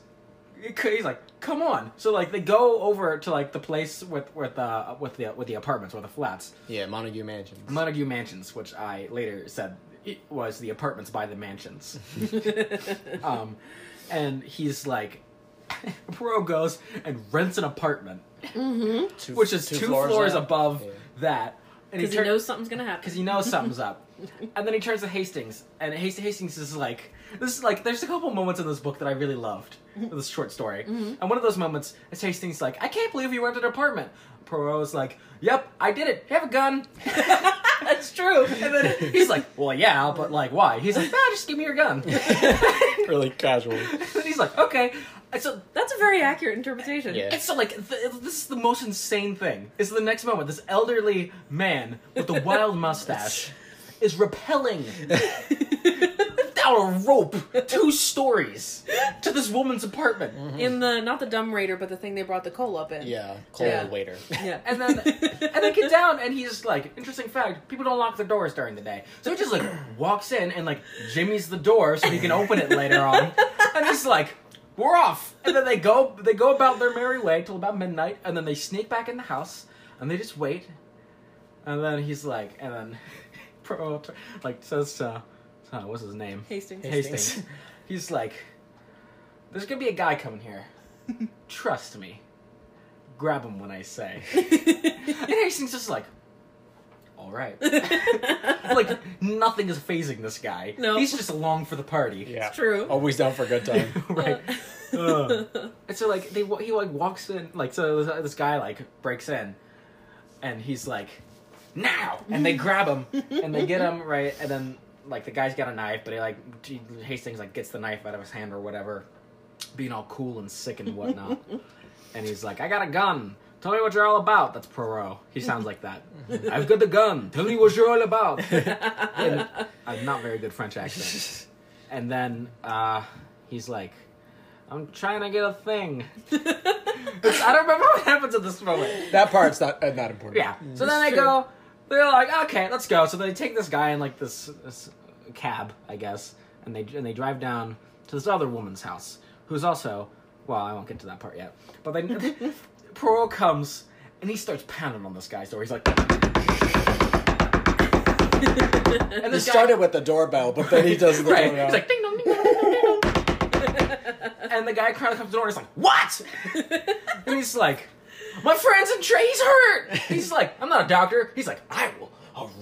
[SPEAKER 4] He's like, come on. So like they go over to like the place with with uh with the with the apartments or the flats,
[SPEAKER 1] yeah, Montague Mansions.
[SPEAKER 4] Montague Mansions, which I later said it was the apartments by the mansions. um, and he's like, Poirot goes and rents an apartment,
[SPEAKER 1] Two-
[SPEAKER 4] which is two, floors,
[SPEAKER 1] up.
[SPEAKER 4] above
[SPEAKER 1] Yeah.
[SPEAKER 4] that, and
[SPEAKER 2] Because he
[SPEAKER 4] turn-
[SPEAKER 2] knows something's gonna happen.
[SPEAKER 4] because he knows something's up. And then he turns to Hastings, and Hast- Hastings is like, this is like, there's a couple moments in this book that I really loved, this short story. And one of those moments is Hastings like, I can't believe you rented an apartment. Poirot's like, Yep, I did it. Have a gun.
[SPEAKER 2] That's true.
[SPEAKER 4] And then he's like, Well, yeah, but like, why? He's like, Nah, just give me your gun.
[SPEAKER 1] Really casual.
[SPEAKER 4] and he's like, Okay. And so
[SPEAKER 2] That's a very accurate interpretation.
[SPEAKER 1] Yeah.
[SPEAKER 4] And so, like, th- this is the most insane thing. Is the next moment, this elderly man with the wild mustache is rappelling down a rope two stories to this woman's apartment.
[SPEAKER 2] In the not the dumb raider, but the thing they brought the coal up in.
[SPEAKER 1] Yeah, cold
[SPEAKER 2] Yeah.
[SPEAKER 1] waiter.
[SPEAKER 2] Yeah.
[SPEAKER 4] And then, and then get down, and he's like, interesting fact, people don't lock their doors during the day. So he just like walks in and like jimmies the door so he can open it later on, and he's like, we're off. And then they go, they go about their merry way till about midnight, and then they sneak back in the house, and they just wait, and then he's like, and then, Pro- like says, to, uh, what's his name?
[SPEAKER 2] Hastings.
[SPEAKER 1] Hastings.
[SPEAKER 4] Hastings. He's like, there's gonna be a guy coming here. Trust me. Grab him when I say. And Hastings just like, all right. like nothing is phasing this guy.
[SPEAKER 2] No.
[SPEAKER 4] he's just along for the party.
[SPEAKER 1] yeah. Oh,
[SPEAKER 2] True.
[SPEAKER 1] Always down for a good time.
[SPEAKER 4] right. Ugh. And so like they wa- he like walks in like so this, this guy like breaks in, and he's like, now, and they grab him and they get him right, and then like the guy's got a knife, but he like he- Hastings like gets the knife out of his hand or whatever, being all cool and sick and whatnot, and he's like, I got a gun. Tell me what you're all about. That's Poirot. He sounds like that. I've got the gun. Tell me what you're all about. And I'm not very good French accent. And then uh, he's like, I'm trying to get a thing. I don't remember what happens at this moment.
[SPEAKER 1] That part's not uh, not important.
[SPEAKER 4] Yeah. So then
[SPEAKER 2] It's
[SPEAKER 4] they
[SPEAKER 2] true.
[SPEAKER 4] go, They're like, okay, let's go. So they take this guy in like this, this cab, I guess, and they and they drive down to this other woman's house, who's also well, I won't get to that part yet. But then Poro comes and he starts pounding on this guy's door. He's like, and
[SPEAKER 1] He
[SPEAKER 4] this guy-
[SPEAKER 1] started with the doorbell, but then he does the
[SPEAKER 4] right.
[SPEAKER 1] doorbell.
[SPEAKER 4] He's like, ding dong, ding dong, ding dong. and the guy kind of comes to the door and he's like, what? and he's like, my friend's in Trey's hurt. He's like, I'm not a doctor. He's like, I will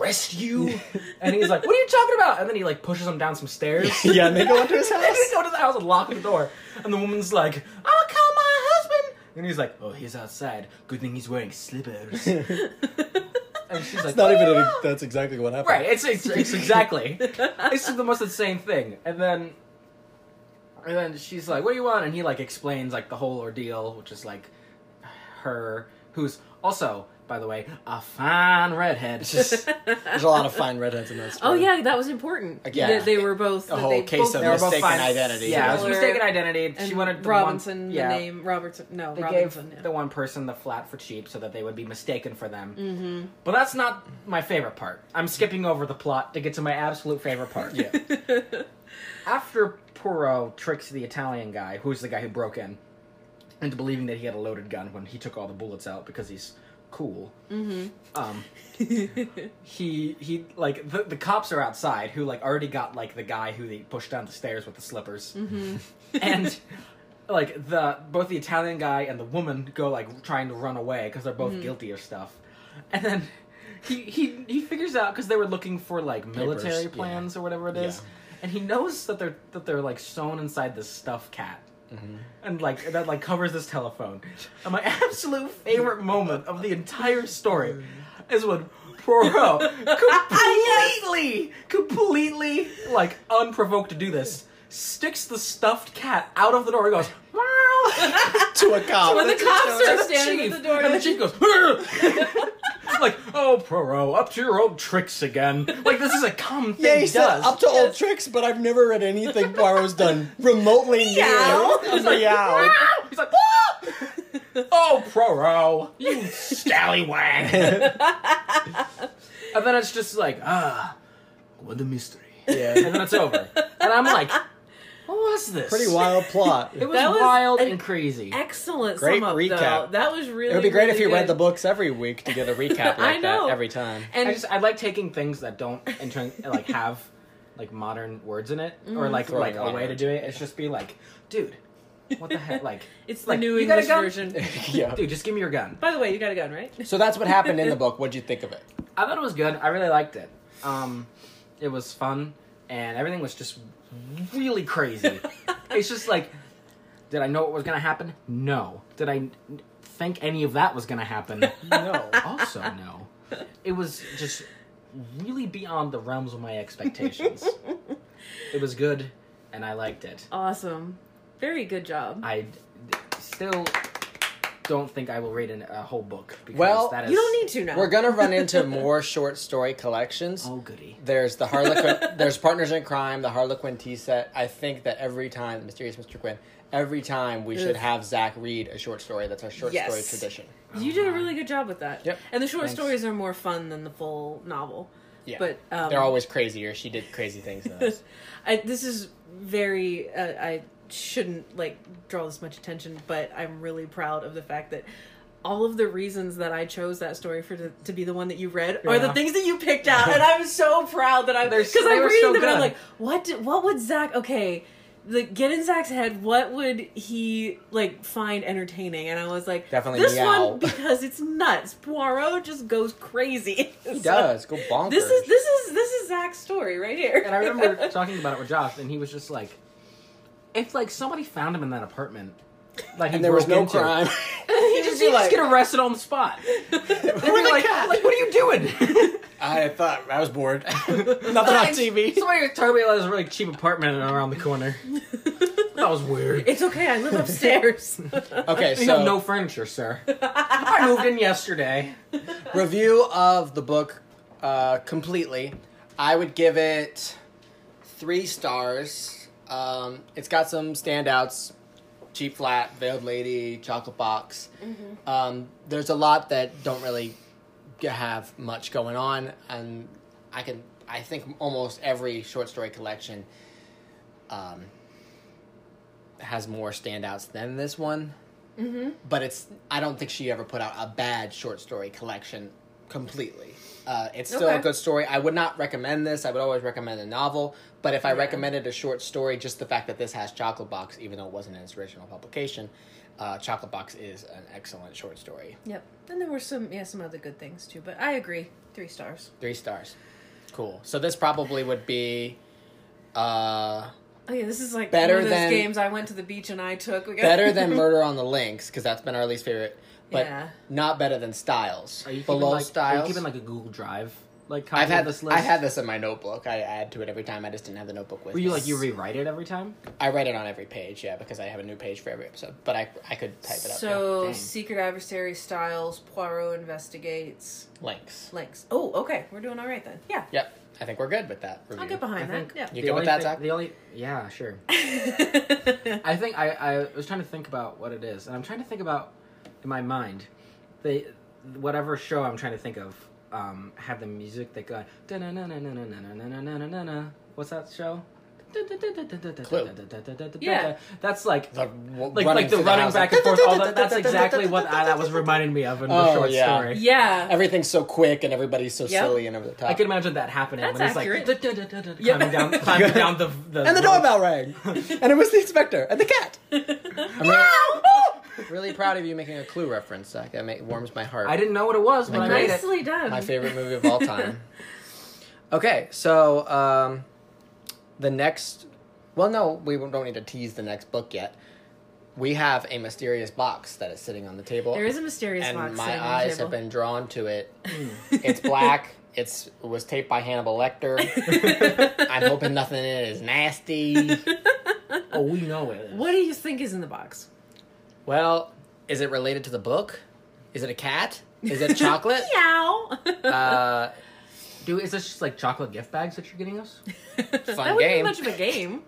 [SPEAKER 4] arrest you. and he's like, what are you talking about? And then he like pushes him down some stairs.
[SPEAKER 1] yeah, and they go into his
[SPEAKER 4] And
[SPEAKER 1] house.
[SPEAKER 4] they go to the house and lock the door. And the woman's like, I'm gonna call my husband. And he's like, oh, he's outside. Good thing he's wearing slippers. and she's like,
[SPEAKER 1] It's not even.
[SPEAKER 4] "Oh,
[SPEAKER 1] A,
[SPEAKER 4] no."
[SPEAKER 1] that's exactly what happened.
[SPEAKER 4] Right, it's, it's, it's exactly. this is the most insane thing. And then, and then she's like, "What do you want?" And he like explains like the whole ordeal, which is like her, who's also, by the way, a fine redhead.
[SPEAKER 1] It's just there's a lot of fine redheads in that story.
[SPEAKER 2] Oh yeah, that was important.
[SPEAKER 1] Like, yeah.
[SPEAKER 2] That they were both
[SPEAKER 1] A
[SPEAKER 2] that
[SPEAKER 1] whole
[SPEAKER 2] they
[SPEAKER 1] case
[SPEAKER 2] both-
[SPEAKER 1] of
[SPEAKER 4] They were both
[SPEAKER 1] mistaken
[SPEAKER 4] fine.
[SPEAKER 1] identity.
[SPEAKER 4] Yeah, it was
[SPEAKER 2] Similar.
[SPEAKER 4] mistaken identity.
[SPEAKER 2] and
[SPEAKER 4] she wanted the
[SPEAKER 2] Robinson,
[SPEAKER 4] One,
[SPEAKER 2] the
[SPEAKER 4] yeah,
[SPEAKER 2] name Robertson. No,
[SPEAKER 4] They
[SPEAKER 2] Robinson.
[SPEAKER 4] gave
[SPEAKER 2] yeah.
[SPEAKER 4] the one person the flat for cheap so that they would be mistaken for them. Mm-hmm. But that's not my favorite part. I'm skipping over the plot to get to my absolute favorite part.
[SPEAKER 1] Yeah.
[SPEAKER 4] after Puro tricks the Italian guy, who's the guy who broke in, into believing that he had a loaded gun when he took all the bullets out because he's cool. Mm-hmm. Um, he he like the, the cops are outside who like already got like the guy who they pushed down the stairs with the slippers, and like the both the Italian guy and the woman go like trying to run away because they're both guilty of stuff, and then. He, he he figures out because they were looking for like military
[SPEAKER 1] yeah.
[SPEAKER 4] plans or whatever it is,
[SPEAKER 1] Yeah.
[SPEAKER 4] and he knows that they're that they're like sewn inside this stuffed cat
[SPEAKER 2] Mm-hmm.
[SPEAKER 4] and like that like covers this telephone and my absolute favorite moment of the entire story is when Poro completely completely like unprovoked to do this sticks the stuffed cat out of the door and goes wow
[SPEAKER 1] to a cop.
[SPEAKER 2] When the cops
[SPEAKER 4] to
[SPEAKER 2] are
[SPEAKER 4] the
[SPEAKER 2] standing
[SPEAKER 4] chief,
[SPEAKER 2] at the door,
[SPEAKER 4] and the chief goes, "Argh!" like, "Oh, Proro, up to your old tricks again." Like this is a common thing
[SPEAKER 1] yeah,
[SPEAKER 4] he
[SPEAKER 1] he said,
[SPEAKER 4] does.
[SPEAKER 1] up to old tricks, but I've never read anything Poirot's done remotely
[SPEAKER 4] Meow.
[SPEAKER 1] near meow.
[SPEAKER 4] He's like, "Ah!" "Oh, Proro, you scallywag!" and then it's just like, ah, what a mystery. And
[SPEAKER 1] Yeah,
[SPEAKER 4] then it's over, and I'm like, what was this?
[SPEAKER 1] pretty wild plot.
[SPEAKER 4] It was,
[SPEAKER 2] That was
[SPEAKER 4] wild
[SPEAKER 2] an-
[SPEAKER 4] and crazy.
[SPEAKER 2] Excellent
[SPEAKER 1] Great
[SPEAKER 2] sum up,
[SPEAKER 1] recap.
[SPEAKER 2] though. That was really.
[SPEAKER 1] It would be great
[SPEAKER 2] really
[SPEAKER 1] if you read
[SPEAKER 2] good.
[SPEAKER 1] the books every week to get a recap like
[SPEAKER 2] I know.
[SPEAKER 1] that every time.
[SPEAKER 4] I
[SPEAKER 2] And
[SPEAKER 4] just I like taking things that don't intern- like have like modern words in it
[SPEAKER 2] Mm-hmm.
[SPEAKER 4] or like
[SPEAKER 1] Throwing
[SPEAKER 4] like
[SPEAKER 1] out
[SPEAKER 4] a way to
[SPEAKER 1] words.
[SPEAKER 4] do it. It's just be like, dude, what the heck? Like,
[SPEAKER 2] it's the
[SPEAKER 4] like,
[SPEAKER 2] new
[SPEAKER 4] you got a
[SPEAKER 2] English
[SPEAKER 4] gun?
[SPEAKER 2] version.
[SPEAKER 1] yeah.
[SPEAKER 4] dude, just give me your gun.
[SPEAKER 2] By the way, you got a gun, right?
[SPEAKER 1] So that's what happened in the book. What'd you think of it?
[SPEAKER 4] I thought it was good. I really liked it. Um, it was fun, and everything was just really crazy. it's just like, did I know what was gonna happen? No. Did I n- think any of that was gonna happen?
[SPEAKER 1] No.
[SPEAKER 4] also no. It was just really beyond the realms of my expectations. it was good, and I liked it.
[SPEAKER 2] Awesome. Very good job.
[SPEAKER 4] I d- still don't think I will read an, a whole book because
[SPEAKER 1] Well,
[SPEAKER 4] that is
[SPEAKER 2] you don't need to now.
[SPEAKER 1] We're gonna run into more short story collections.
[SPEAKER 4] oh goody.
[SPEAKER 1] There's the Harlequin. there's Partners in Crime, the Harlequin tea set. I think that every time, Mysterious Mr. Quinn, every time we should
[SPEAKER 2] Ugh.
[SPEAKER 1] have Zach read a short story. That's our short story
[SPEAKER 2] Yes.
[SPEAKER 1] tradition.
[SPEAKER 2] You did a really good job with that.
[SPEAKER 1] Yep.
[SPEAKER 2] And the short
[SPEAKER 4] Thanks.
[SPEAKER 2] stories are more fun than the full novel.
[SPEAKER 1] Yeah,
[SPEAKER 2] But, um,
[SPEAKER 1] they're always crazier. She did crazy things. Than us.
[SPEAKER 2] I, this is very. Uh, I shouldn't like draw this much attention, but I'm really proud of the fact that all of the reasons that I chose that story for the, to be the one that you read are the
[SPEAKER 4] Yeah.
[SPEAKER 2] things that you picked out, and I'm so proud that I'm
[SPEAKER 4] They're
[SPEAKER 2] because
[SPEAKER 4] so-
[SPEAKER 2] I
[SPEAKER 4] they were
[SPEAKER 2] read
[SPEAKER 4] so
[SPEAKER 2] them and I'm
[SPEAKER 4] good.
[SPEAKER 2] like, what? Did, what would Zach? Okay. Like get in Zach's head, what would he like find entertaining? And I was like,
[SPEAKER 1] Definitely
[SPEAKER 2] this
[SPEAKER 1] meow.
[SPEAKER 2] one because it's nuts. Poirot just goes crazy.
[SPEAKER 1] He does go bonkers.
[SPEAKER 2] This is this is this is Zach's story right here.
[SPEAKER 4] And I remember talking about it with Josh, and he was just like, if like somebody found him in that apartment, like he
[SPEAKER 1] and there was
[SPEAKER 4] broke
[SPEAKER 1] no
[SPEAKER 4] into,
[SPEAKER 1] crime.
[SPEAKER 4] he just, he'd
[SPEAKER 2] like-
[SPEAKER 4] just get arrested on the spot. They'd be like, like, what are you doing?
[SPEAKER 1] I thought I was bored. Nothing on TV.
[SPEAKER 4] Somebody told me there's a really cheap apartment around the corner. that was weird.
[SPEAKER 2] It's okay, I live upstairs.
[SPEAKER 1] Okay,
[SPEAKER 4] You
[SPEAKER 1] so
[SPEAKER 4] have no furniture, sir. I moved in yesterday.
[SPEAKER 1] review of the book uh, completely. I would give it three stars. Um, it's got some standouts: cheap flat, veiled lady, chocolate box. Um, there's a lot that don't really have much going on, and I can I think almost every short story collection um, has more standouts than this one. Mm-hmm. But it's I don't think she ever put out a bad short story collection completely. Uh, it's still a
[SPEAKER 2] Okay.
[SPEAKER 1] good story. I would not recommend this. I would always recommend a novel. But if I recommended a short story, just the fact that this has Chocolate Box, even though it wasn't in its original publication, uh, Chocolate Box is an excellent short story.
[SPEAKER 2] Yep. And there were some yeah some other good things too, but I agree. Three stars.
[SPEAKER 1] Three stars. Cool. So this probably would be uh,
[SPEAKER 2] Oh yeah, this is like
[SPEAKER 1] Better
[SPEAKER 2] one of those
[SPEAKER 1] than-
[SPEAKER 2] games I went to the beach and I took. We got-
[SPEAKER 1] better than Murder on the Links because that's been our least favorite, but
[SPEAKER 2] Yeah.
[SPEAKER 1] not better than Styles.
[SPEAKER 4] Are you keeping,
[SPEAKER 1] Below
[SPEAKER 4] like, Are you
[SPEAKER 1] Styles.
[SPEAKER 4] keeping like a Google Drive? Like copy
[SPEAKER 1] I've had
[SPEAKER 4] of this
[SPEAKER 1] this.
[SPEAKER 4] list.
[SPEAKER 1] I've had this in my notebook. I add to it every time. I just didn't have the notebook with
[SPEAKER 4] Were
[SPEAKER 1] me.
[SPEAKER 4] you like you rewrite it every time?
[SPEAKER 1] I write it on every page, yeah, because I have a new page for every episode. But I, I could type it up.
[SPEAKER 2] So
[SPEAKER 4] Dang.
[SPEAKER 2] secret adversary styles Poirot investigates
[SPEAKER 1] yeah. links.
[SPEAKER 2] links. Oh okay, we're doing all right then. Yeah,
[SPEAKER 1] Yep, I think we're good with that review.
[SPEAKER 2] I'll get behind
[SPEAKER 4] I think-
[SPEAKER 2] that. Yeah.
[SPEAKER 1] You
[SPEAKER 4] The
[SPEAKER 1] good with
[SPEAKER 4] only
[SPEAKER 1] that,
[SPEAKER 4] thing-
[SPEAKER 1] Zach?
[SPEAKER 4] The only yeah, sure. I think I, I was trying to think about what it is, and I'm trying to think about in my mind the whatever show I'm trying to think of um, had the music that go what's that show?
[SPEAKER 2] Yeah.
[SPEAKER 4] that's like
[SPEAKER 1] The w-
[SPEAKER 4] like like the
[SPEAKER 1] through
[SPEAKER 4] running
[SPEAKER 1] house,
[SPEAKER 4] back and
[SPEAKER 1] like,
[SPEAKER 4] forth. All that, that's exactly what I, that was reminding me of in the
[SPEAKER 1] Oh,
[SPEAKER 4] short
[SPEAKER 1] yeah.
[SPEAKER 4] story.
[SPEAKER 2] yeah.
[SPEAKER 1] Everything's so quick and everybody's so
[SPEAKER 2] Yep.
[SPEAKER 1] silly and over the top.
[SPEAKER 4] I can imagine that happening
[SPEAKER 2] That's
[SPEAKER 4] when he's
[SPEAKER 2] accurate.
[SPEAKER 4] like duh, duh, duh, duh, duh, climbing down, climbing down the, the
[SPEAKER 1] and the doorbell rang, and it was the inspector and the cat. I'm
[SPEAKER 4] Oh!
[SPEAKER 1] really, really proud of you making a Clue reference, Zach. That ma- warms my heart.
[SPEAKER 4] I didn't know what it was when I made it.
[SPEAKER 2] Nicely done.
[SPEAKER 1] my favorite movie of all time. okay, so um, the next, well, no, we don't need to tease the next book yet. We have a mysterious box that is sitting on the table,
[SPEAKER 2] There is a mysterious
[SPEAKER 1] and
[SPEAKER 2] box.
[SPEAKER 1] my
[SPEAKER 2] sitting
[SPEAKER 1] eyes
[SPEAKER 2] on
[SPEAKER 1] have
[SPEAKER 2] the table.
[SPEAKER 1] been drawn to it. it's black. It's it was taped by Hannibal Lecter. I'm hoping nothing in it is nasty.
[SPEAKER 4] Oh, we know it.
[SPEAKER 2] What do you think is in the box?
[SPEAKER 1] Well, is it related to the book? Is it a cat? Is it chocolate?
[SPEAKER 2] Meow.
[SPEAKER 1] Uh,
[SPEAKER 4] Dude, is this just like chocolate gift bags that you're getting us?
[SPEAKER 2] that
[SPEAKER 1] fun
[SPEAKER 2] wouldn't be
[SPEAKER 1] game.
[SPEAKER 2] much of a game.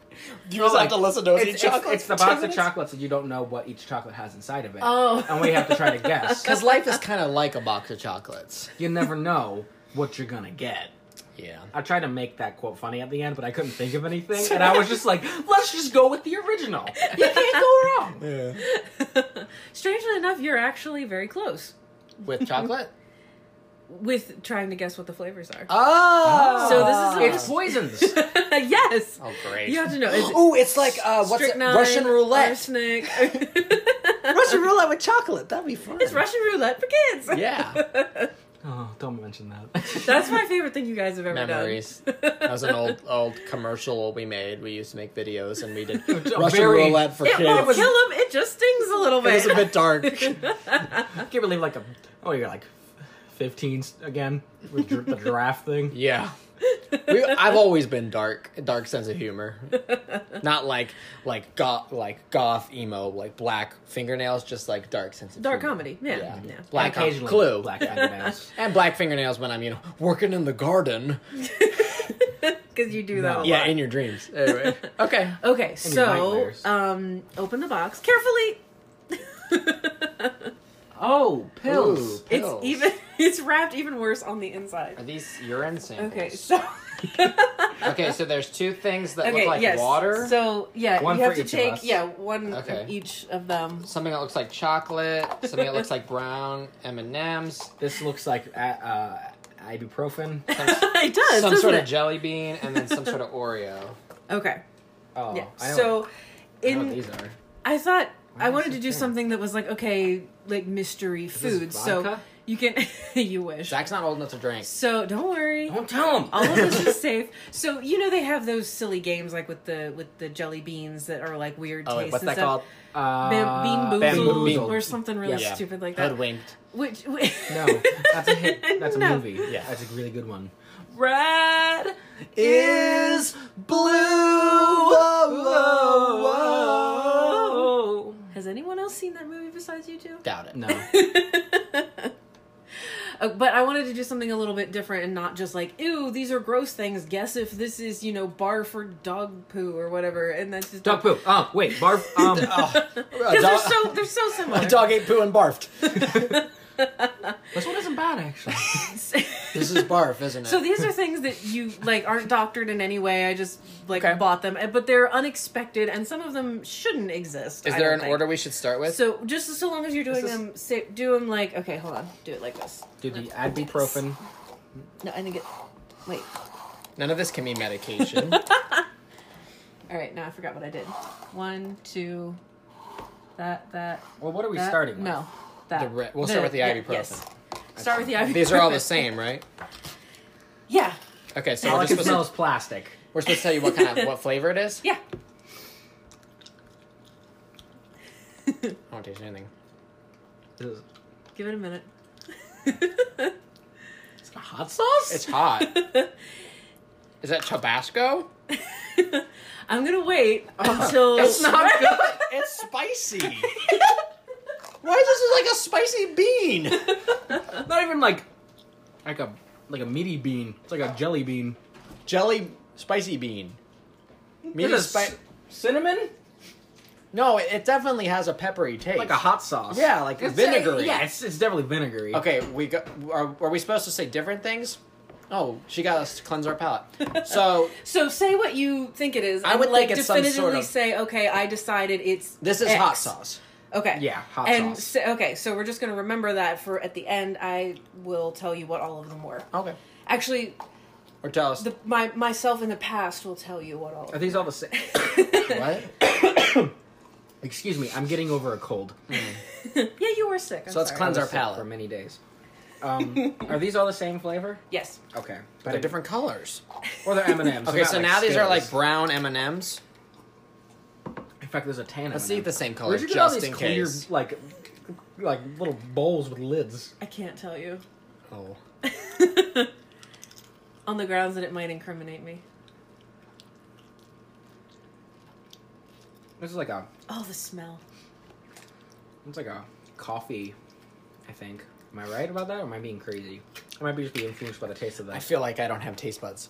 [SPEAKER 1] You just
[SPEAKER 4] like,
[SPEAKER 1] listen to us
[SPEAKER 4] It's, it's, it's the box of chocolates that you don't know what each chocolate has inside of it.
[SPEAKER 2] Oh.
[SPEAKER 4] And we have to try to guess.
[SPEAKER 1] Because life is kind of like a box of chocolates.
[SPEAKER 4] you never know what you're gonna get.
[SPEAKER 1] Yeah.
[SPEAKER 4] I tried to make that quote funny at the end, but I couldn't think of anything. And I was just like, let's just go with the original. You can't go wrong.
[SPEAKER 2] Strangely enough, you're actually very close
[SPEAKER 1] With chocolate?
[SPEAKER 2] with trying to guess what the flavors are.
[SPEAKER 1] Oh!
[SPEAKER 2] So this
[SPEAKER 4] It's
[SPEAKER 2] is
[SPEAKER 4] poisons.
[SPEAKER 2] yes.
[SPEAKER 1] Oh, great.
[SPEAKER 2] You have to know. Is it
[SPEAKER 1] Ooh, it's like, uh, what's it?
[SPEAKER 2] strychnine,
[SPEAKER 1] Russian roulette.
[SPEAKER 2] arsenic?
[SPEAKER 1] Russian roulette with chocolate. That'd be fun.
[SPEAKER 2] it's Russian roulette for kids.
[SPEAKER 1] Yeah.
[SPEAKER 4] oh, don't mention that.
[SPEAKER 2] That's my favorite thing you guys have ever
[SPEAKER 1] Memories.
[SPEAKER 2] done.
[SPEAKER 1] That was an old old commercial we made. We used to make videos and we did
[SPEAKER 4] a
[SPEAKER 1] Russian
[SPEAKER 4] very-
[SPEAKER 1] roulette for
[SPEAKER 2] It
[SPEAKER 1] kids.
[SPEAKER 2] won't kill him. It just stings a little
[SPEAKER 1] It
[SPEAKER 2] bit.
[SPEAKER 1] was a bit dark.
[SPEAKER 4] I can't believe like a, oh, you're like 15 again with dr- the giraffe thing.
[SPEAKER 1] Yeah. We, I've always been dark, dark sense of humor. Not like like goth, like goth emo, like black fingernails, just like dark sense of
[SPEAKER 2] Dark
[SPEAKER 1] humor.
[SPEAKER 2] comedy. Yeah.
[SPEAKER 1] Yeah.
[SPEAKER 2] yeah.
[SPEAKER 1] Black
[SPEAKER 4] Occasionally,
[SPEAKER 1] Clue.
[SPEAKER 4] black fingernails.
[SPEAKER 1] And black fingernails when I'm, you know, working in the garden.
[SPEAKER 2] Because you do that a lot.
[SPEAKER 1] Yeah, in your dreams. Anyway. Okay.
[SPEAKER 2] Okay, so
[SPEAKER 4] nightmares.
[SPEAKER 2] um, open the box carefully.
[SPEAKER 4] Oh, pills.
[SPEAKER 1] Ooh,
[SPEAKER 2] it's
[SPEAKER 1] pills.
[SPEAKER 2] even it's wrapped even worse on the
[SPEAKER 1] Are
[SPEAKER 2] inside.
[SPEAKER 1] these urine samples?
[SPEAKER 2] Okay, so uh,
[SPEAKER 1] okay, so there's two things that
[SPEAKER 2] okay,
[SPEAKER 1] look like
[SPEAKER 2] yes.
[SPEAKER 1] water.
[SPEAKER 2] So yeah,
[SPEAKER 4] One
[SPEAKER 2] you have
[SPEAKER 4] for
[SPEAKER 2] to
[SPEAKER 4] each of
[SPEAKER 2] take
[SPEAKER 4] us.
[SPEAKER 2] yeah one
[SPEAKER 1] Okay.
[SPEAKER 2] each of them.
[SPEAKER 1] something that looks like chocolate, something that looks like brown M&Ms,
[SPEAKER 4] This looks like uh, uh, ibuprofen.
[SPEAKER 2] it does,
[SPEAKER 1] some
[SPEAKER 2] doesn't
[SPEAKER 1] sort
[SPEAKER 2] it?
[SPEAKER 1] of jelly bean, and then some sort of Oreo.
[SPEAKER 2] okay,
[SPEAKER 4] Oh,
[SPEAKER 2] yeah.
[SPEAKER 4] I know,
[SPEAKER 2] So
[SPEAKER 4] I know what
[SPEAKER 2] in
[SPEAKER 4] these are.
[SPEAKER 2] I thought I
[SPEAKER 4] is
[SPEAKER 2] wanted
[SPEAKER 4] it
[SPEAKER 2] to do
[SPEAKER 4] there?
[SPEAKER 2] something that was like okay, like mystery
[SPEAKER 4] this
[SPEAKER 2] food. So
[SPEAKER 4] vodka?
[SPEAKER 2] you can you wish.
[SPEAKER 1] Zach's not old enough to drink.
[SPEAKER 2] So don't worry.
[SPEAKER 4] Don't tell them.
[SPEAKER 2] all of this is safe. So you know they have those silly games like with the with the jelly beans that are like weird
[SPEAKER 1] Oh,
[SPEAKER 2] tastes
[SPEAKER 1] what's
[SPEAKER 2] and
[SPEAKER 1] that
[SPEAKER 2] stuff.
[SPEAKER 1] called?
[SPEAKER 2] Bam-
[SPEAKER 4] Uh,
[SPEAKER 2] bean boozled
[SPEAKER 1] Bamboozled.
[SPEAKER 2] or something really
[SPEAKER 1] Yeah.
[SPEAKER 2] stupid like that.
[SPEAKER 1] Hoodwinked.
[SPEAKER 2] Which, which
[SPEAKER 4] No, that's a hit. That's a
[SPEAKER 2] No.
[SPEAKER 4] movie.
[SPEAKER 1] Yeah.
[SPEAKER 4] that's a really good one.
[SPEAKER 2] red
[SPEAKER 1] Is blue.
[SPEAKER 4] Oh,
[SPEAKER 2] Has anyone else seen that movie besides you two?
[SPEAKER 1] Doubt it.
[SPEAKER 4] no.
[SPEAKER 2] Uh, but I wanted to do something a little bit different and not just like, ew, these are gross things. Guess if this is, you know, bar for dog poo or whatever, and that's just
[SPEAKER 4] Dog poo. Oh wait, barf. Um,
[SPEAKER 1] Oh, a dog,
[SPEAKER 2] Because they're so they're so similar.
[SPEAKER 1] a dog ate poo and barfed.
[SPEAKER 4] This one isn't bad actually.
[SPEAKER 1] This is barf, isn't it?
[SPEAKER 2] So these are things that you like aren't doctored in any way. I just like
[SPEAKER 4] Okay.
[SPEAKER 2] bought them, eh, but they're unexpected, and some of them shouldn't exist.
[SPEAKER 1] is
[SPEAKER 2] I
[SPEAKER 1] there
[SPEAKER 2] don't
[SPEAKER 1] an
[SPEAKER 2] think.
[SPEAKER 1] order we should start with?
[SPEAKER 2] So just so long as you're doing
[SPEAKER 4] This is-
[SPEAKER 2] them, say, do them like okay. Hold on, do it like this.
[SPEAKER 4] Dude, the ibuprofen.
[SPEAKER 2] No, I think it. Wait.
[SPEAKER 1] None of this can be medication.
[SPEAKER 2] All right, now I forgot what I did. One, two, that, that.
[SPEAKER 4] Well, what are we
[SPEAKER 2] that-
[SPEAKER 4] starting with?
[SPEAKER 2] No, that.
[SPEAKER 1] The re- we'll start with the
[SPEAKER 2] yeah,
[SPEAKER 1] ibuprofen.
[SPEAKER 2] yes. Start with the ibuprofen.
[SPEAKER 1] These are all the same, right?
[SPEAKER 2] Yeah,
[SPEAKER 1] Okay, so
[SPEAKER 4] All
[SPEAKER 1] we're
[SPEAKER 4] I
[SPEAKER 1] just
[SPEAKER 4] can
[SPEAKER 1] supposed
[SPEAKER 4] smell
[SPEAKER 1] to,
[SPEAKER 4] is plastic.
[SPEAKER 1] we're supposed to tell you what kind of what flavor it is.
[SPEAKER 2] yeah.
[SPEAKER 1] I don't taste anything.
[SPEAKER 4] This is-
[SPEAKER 2] Give it a minute.
[SPEAKER 4] It's not hot sauce?
[SPEAKER 1] It's hot. is that Tabasco?
[SPEAKER 2] I'm gonna wait until
[SPEAKER 1] It's not good. It's spicy. Why is this like a spicy bean?
[SPEAKER 4] not even like like a like a meaty bean. It's like a jelly bean.
[SPEAKER 1] Jelly spicy bean. Meat
[SPEAKER 4] Is
[SPEAKER 1] is
[SPEAKER 4] it
[SPEAKER 1] spi-
[SPEAKER 4] c- cinnamon?
[SPEAKER 1] no, it, it definitely has a peppery taste.
[SPEAKER 4] Like a hot sauce.
[SPEAKER 1] Yeah, like
[SPEAKER 4] It's-
[SPEAKER 1] vinegary.
[SPEAKER 4] yeah, it's, it's definitely vinegary.
[SPEAKER 1] Okay, we got. Are, are we supposed to say different things? Oh, she got us to cleanse our palate. So
[SPEAKER 2] So say what you think it is.
[SPEAKER 1] I
[SPEAKER 2] and,
[SPEAKER 1] would
[SPEAKER 2] like
[SPEAKER 1] think it's some sort
[SPEAKER 2] definitively
[SPEAKER 1] of-
[SPEAKER 2] say, okay, I decided it's
[SPEAKER 1] this is
[SPEAKER 2] X.
[SPEAKER 1] hot sauce.
[SPEAKER 2] Okay.
[SPEAKER 4] Yeah, hot
[SPEAKER 2] and
[SPEAKER 4] sauce.
[SPEAKER 2] so- okay, so we're just gonna remember that for at the end. I will tell you what all of them were.
[SPEAKER 1] Okay.
[SPEAKER 2] Actually,
[SPEAKER 1] Or tell us
[SPEAKER 2] the, my myself in the past will tell you what all. Of
[SPEAKER 4] Are
[SPEAKER 2] them.
[SPEAKER 4] these all the same?
[SPEAKER 1] what.
[SPEAKER 4] Excuse me, I'm getting over a cold.
[SPEAKER 2] Yeah, you were sick. I'm
[SPEAKER 1] So let's
[SPEAKER 2] sorry.
[SPEAKER 1] cleanse
[SPEAKER 4] I
[SPEAKER 1] our
[SPEAKER 4] was sick
[SPEAKER 1] palate.
[SPEAKER 4] for many days. Um, are these all the same flavor?
[SPEAKER 2] Yes.
[SPEAKER 4] Okay,
[SPEAKER 1] But they're different colors.
[SPEAKER 4] Or they're M and M's.
[SPEAKER 1] Okay, so now these are like brown M and M's.
[SPEAKER 4] In fact, there's a tan.
[SPEAKER 1] Let's
[SPEAKER 4] M&M.
[SPEAKER 1] eat the same color
[SPEAKER 4] Where'd you get all
[SPEAKER 1] just
[SPEAKER 4] these
[SPEAKER 1] in
[SPEAKER 4] clear,
[SPEAKER 1] case.
[SPEAKER 4] like, like little bowls with lids?
[SPEAKER 2] I can't tell you
[SPEAKER 1] Oh,
[SPEAKER 2] on the grounds that it might incriminate me.
[SPEAKER 4] This is like a,
[SPEAKER 2] Oh, the smell.
[SPEAKER 4] it's like a coffee. I think. Am I right about that? Or am I being crazy? I might be just being influenced by the taste of
[SPEAKER 1] I
[SPEAKER 4] that.
[SPEAKER 1] feel like I don't have taste buds.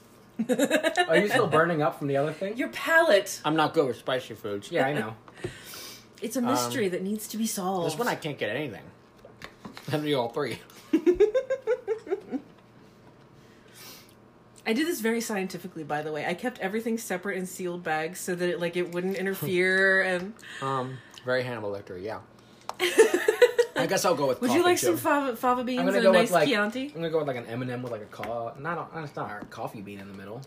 [SPEAKER 4] Are you still burning up from the other thing?
[SPEAKER 2] Your palate.
[SPEAKER 1] I'm not good with spicy foods.
[SPEAKER 4] Yeah, I know.
[SPEAKER 2] It's
[SPEAKER 4] Um,
[SPEAKER 2] a mystery that needs to be solved.
[SPEAKER 1] This one I can't get anything. Let me do all three.
[SPEAKER 2] I did this very scientifically, by the way. I kept everything separate in sealed bags so that it, like it wouldn't interfere. And
[SPEAKER 1] Um, very Hannibal Lecter. Yeah. I guess I'll go with.
[SPEAKER 2] would you
[SPEAKER 1] coffee,
[SPEAKER 2] like some
[SPEAKER 1] Jim.
[SPEAKER 2] fava, fava beans
[SPEAKER 4] I'm
[SPEAKER 2] and
[SPEAKER 4] gonna
[SPEAKER 2] a
[SPEAKER 4] go
[SPEAKER 2] nice
[SPEAKER 4] with like I'm
[SPEAKER 2] Chianti?
[SPEAKER 4] gonna go with like an M and M with like a co- not a, it's not a coffee bean in the middle.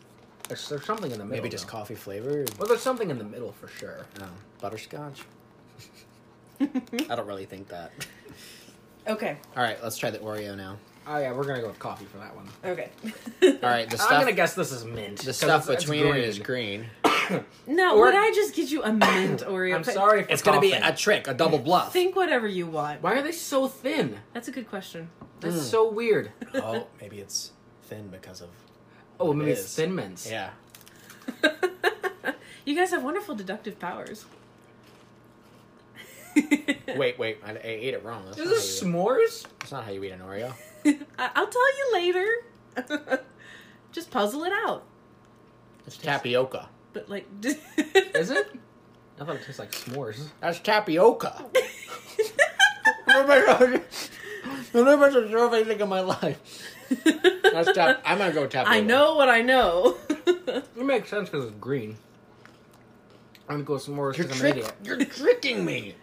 [SPEAKER 4] There's, there's something in the middle.
[SPEAKER 1] Maybe just
[SPEAKER 4] though.
[SPEAKER 1] coffee flavored.
[SPEAKER 4] Well, there's something in the middle for sure.
[SPEAKER 1] No, butterscotch. I don't really think that.
[SPEAKER 2] Okay,
[SPEAKER 1] All right, let's try the Oreo now.
[SPEAKER 4] Oh yeah, we're gonna go with coffee for that one.
[SPEAKER 2] okay.
[SPEAKER 1] All right, the
[SPEAKER 4] I'm
[SPEAKER 1] stuff
[SPEAKER 4] gonna guess this is mint.
[SPEAKER 1] the
[SPEAKER 4] 'cause
[SPEAKER 1] stuff
[SPEAKER 4] it's- it's
[SPEAKER 1] between it is green.
[SPEAKER 2] now,
[SPEAKER 4] Or-
[SPEAKER 2] would I just get you a mint Oreo?
[SPEAKER 4] I'm sorry. For
[SPEAKER 1] It's gonna be
[SPEAKER 4] coughing.
[SPEAKER 1] a trick, a double bluff.
[SPEAKER 2] Think whatever you want.
[SPEAKER 4] Why are they so thin?
[SPEAKER 2] That's a good question.
[SPEAKER 1] Hmm.
[SPEAKER 4] That's so weird.
[SPEAKER 1] oh, maybe it's thin because of
[SPEAKER 4] Oh,
[SPEAKER 1] It
[SPEAKER 4] maybe it's
[SPEAKER 1] is.
[SPEAKER 4] thin mints.
[SPEAKER 1] yeah.
[SPEAKER 2] You guys have wonderful deductive powers.
[SPEAKER 1] Wait, wait, I, I ate it wrong. That's
[SPEAKER 4] Is
[SPEAKER 1] not,
[SPEAKER 4] this
[SPEAKER 1] how you,
[SPEAKER 4] s'mores?
[SPEAKER 1] that's not how you eat an Oreo.
[SPEAKER 2] I- I'll tell you later. just puzzle it out.
[SPEAKER 1] It's tapioca.
[SPEAKER 2] But like,
[SPEAKER 4] Is it? I thought it tastes like s'mores.
[SPEAKER 1] That's tapioca. Oh my God. I've never deserved anything in my life. That's tap- I'm gonna go tapioca.
[SPEAKER 2] I know what I know.
[SPEAKER 4] It makes sense because it's green. I'm gonna go s'mores
[SPEAKER 1] You're,
[SPEAKER 4] because I'm an
[SPEAKER 1] trick-
[SPEAKER 4] idiot.
[SPEAKER 1] you're tricking me.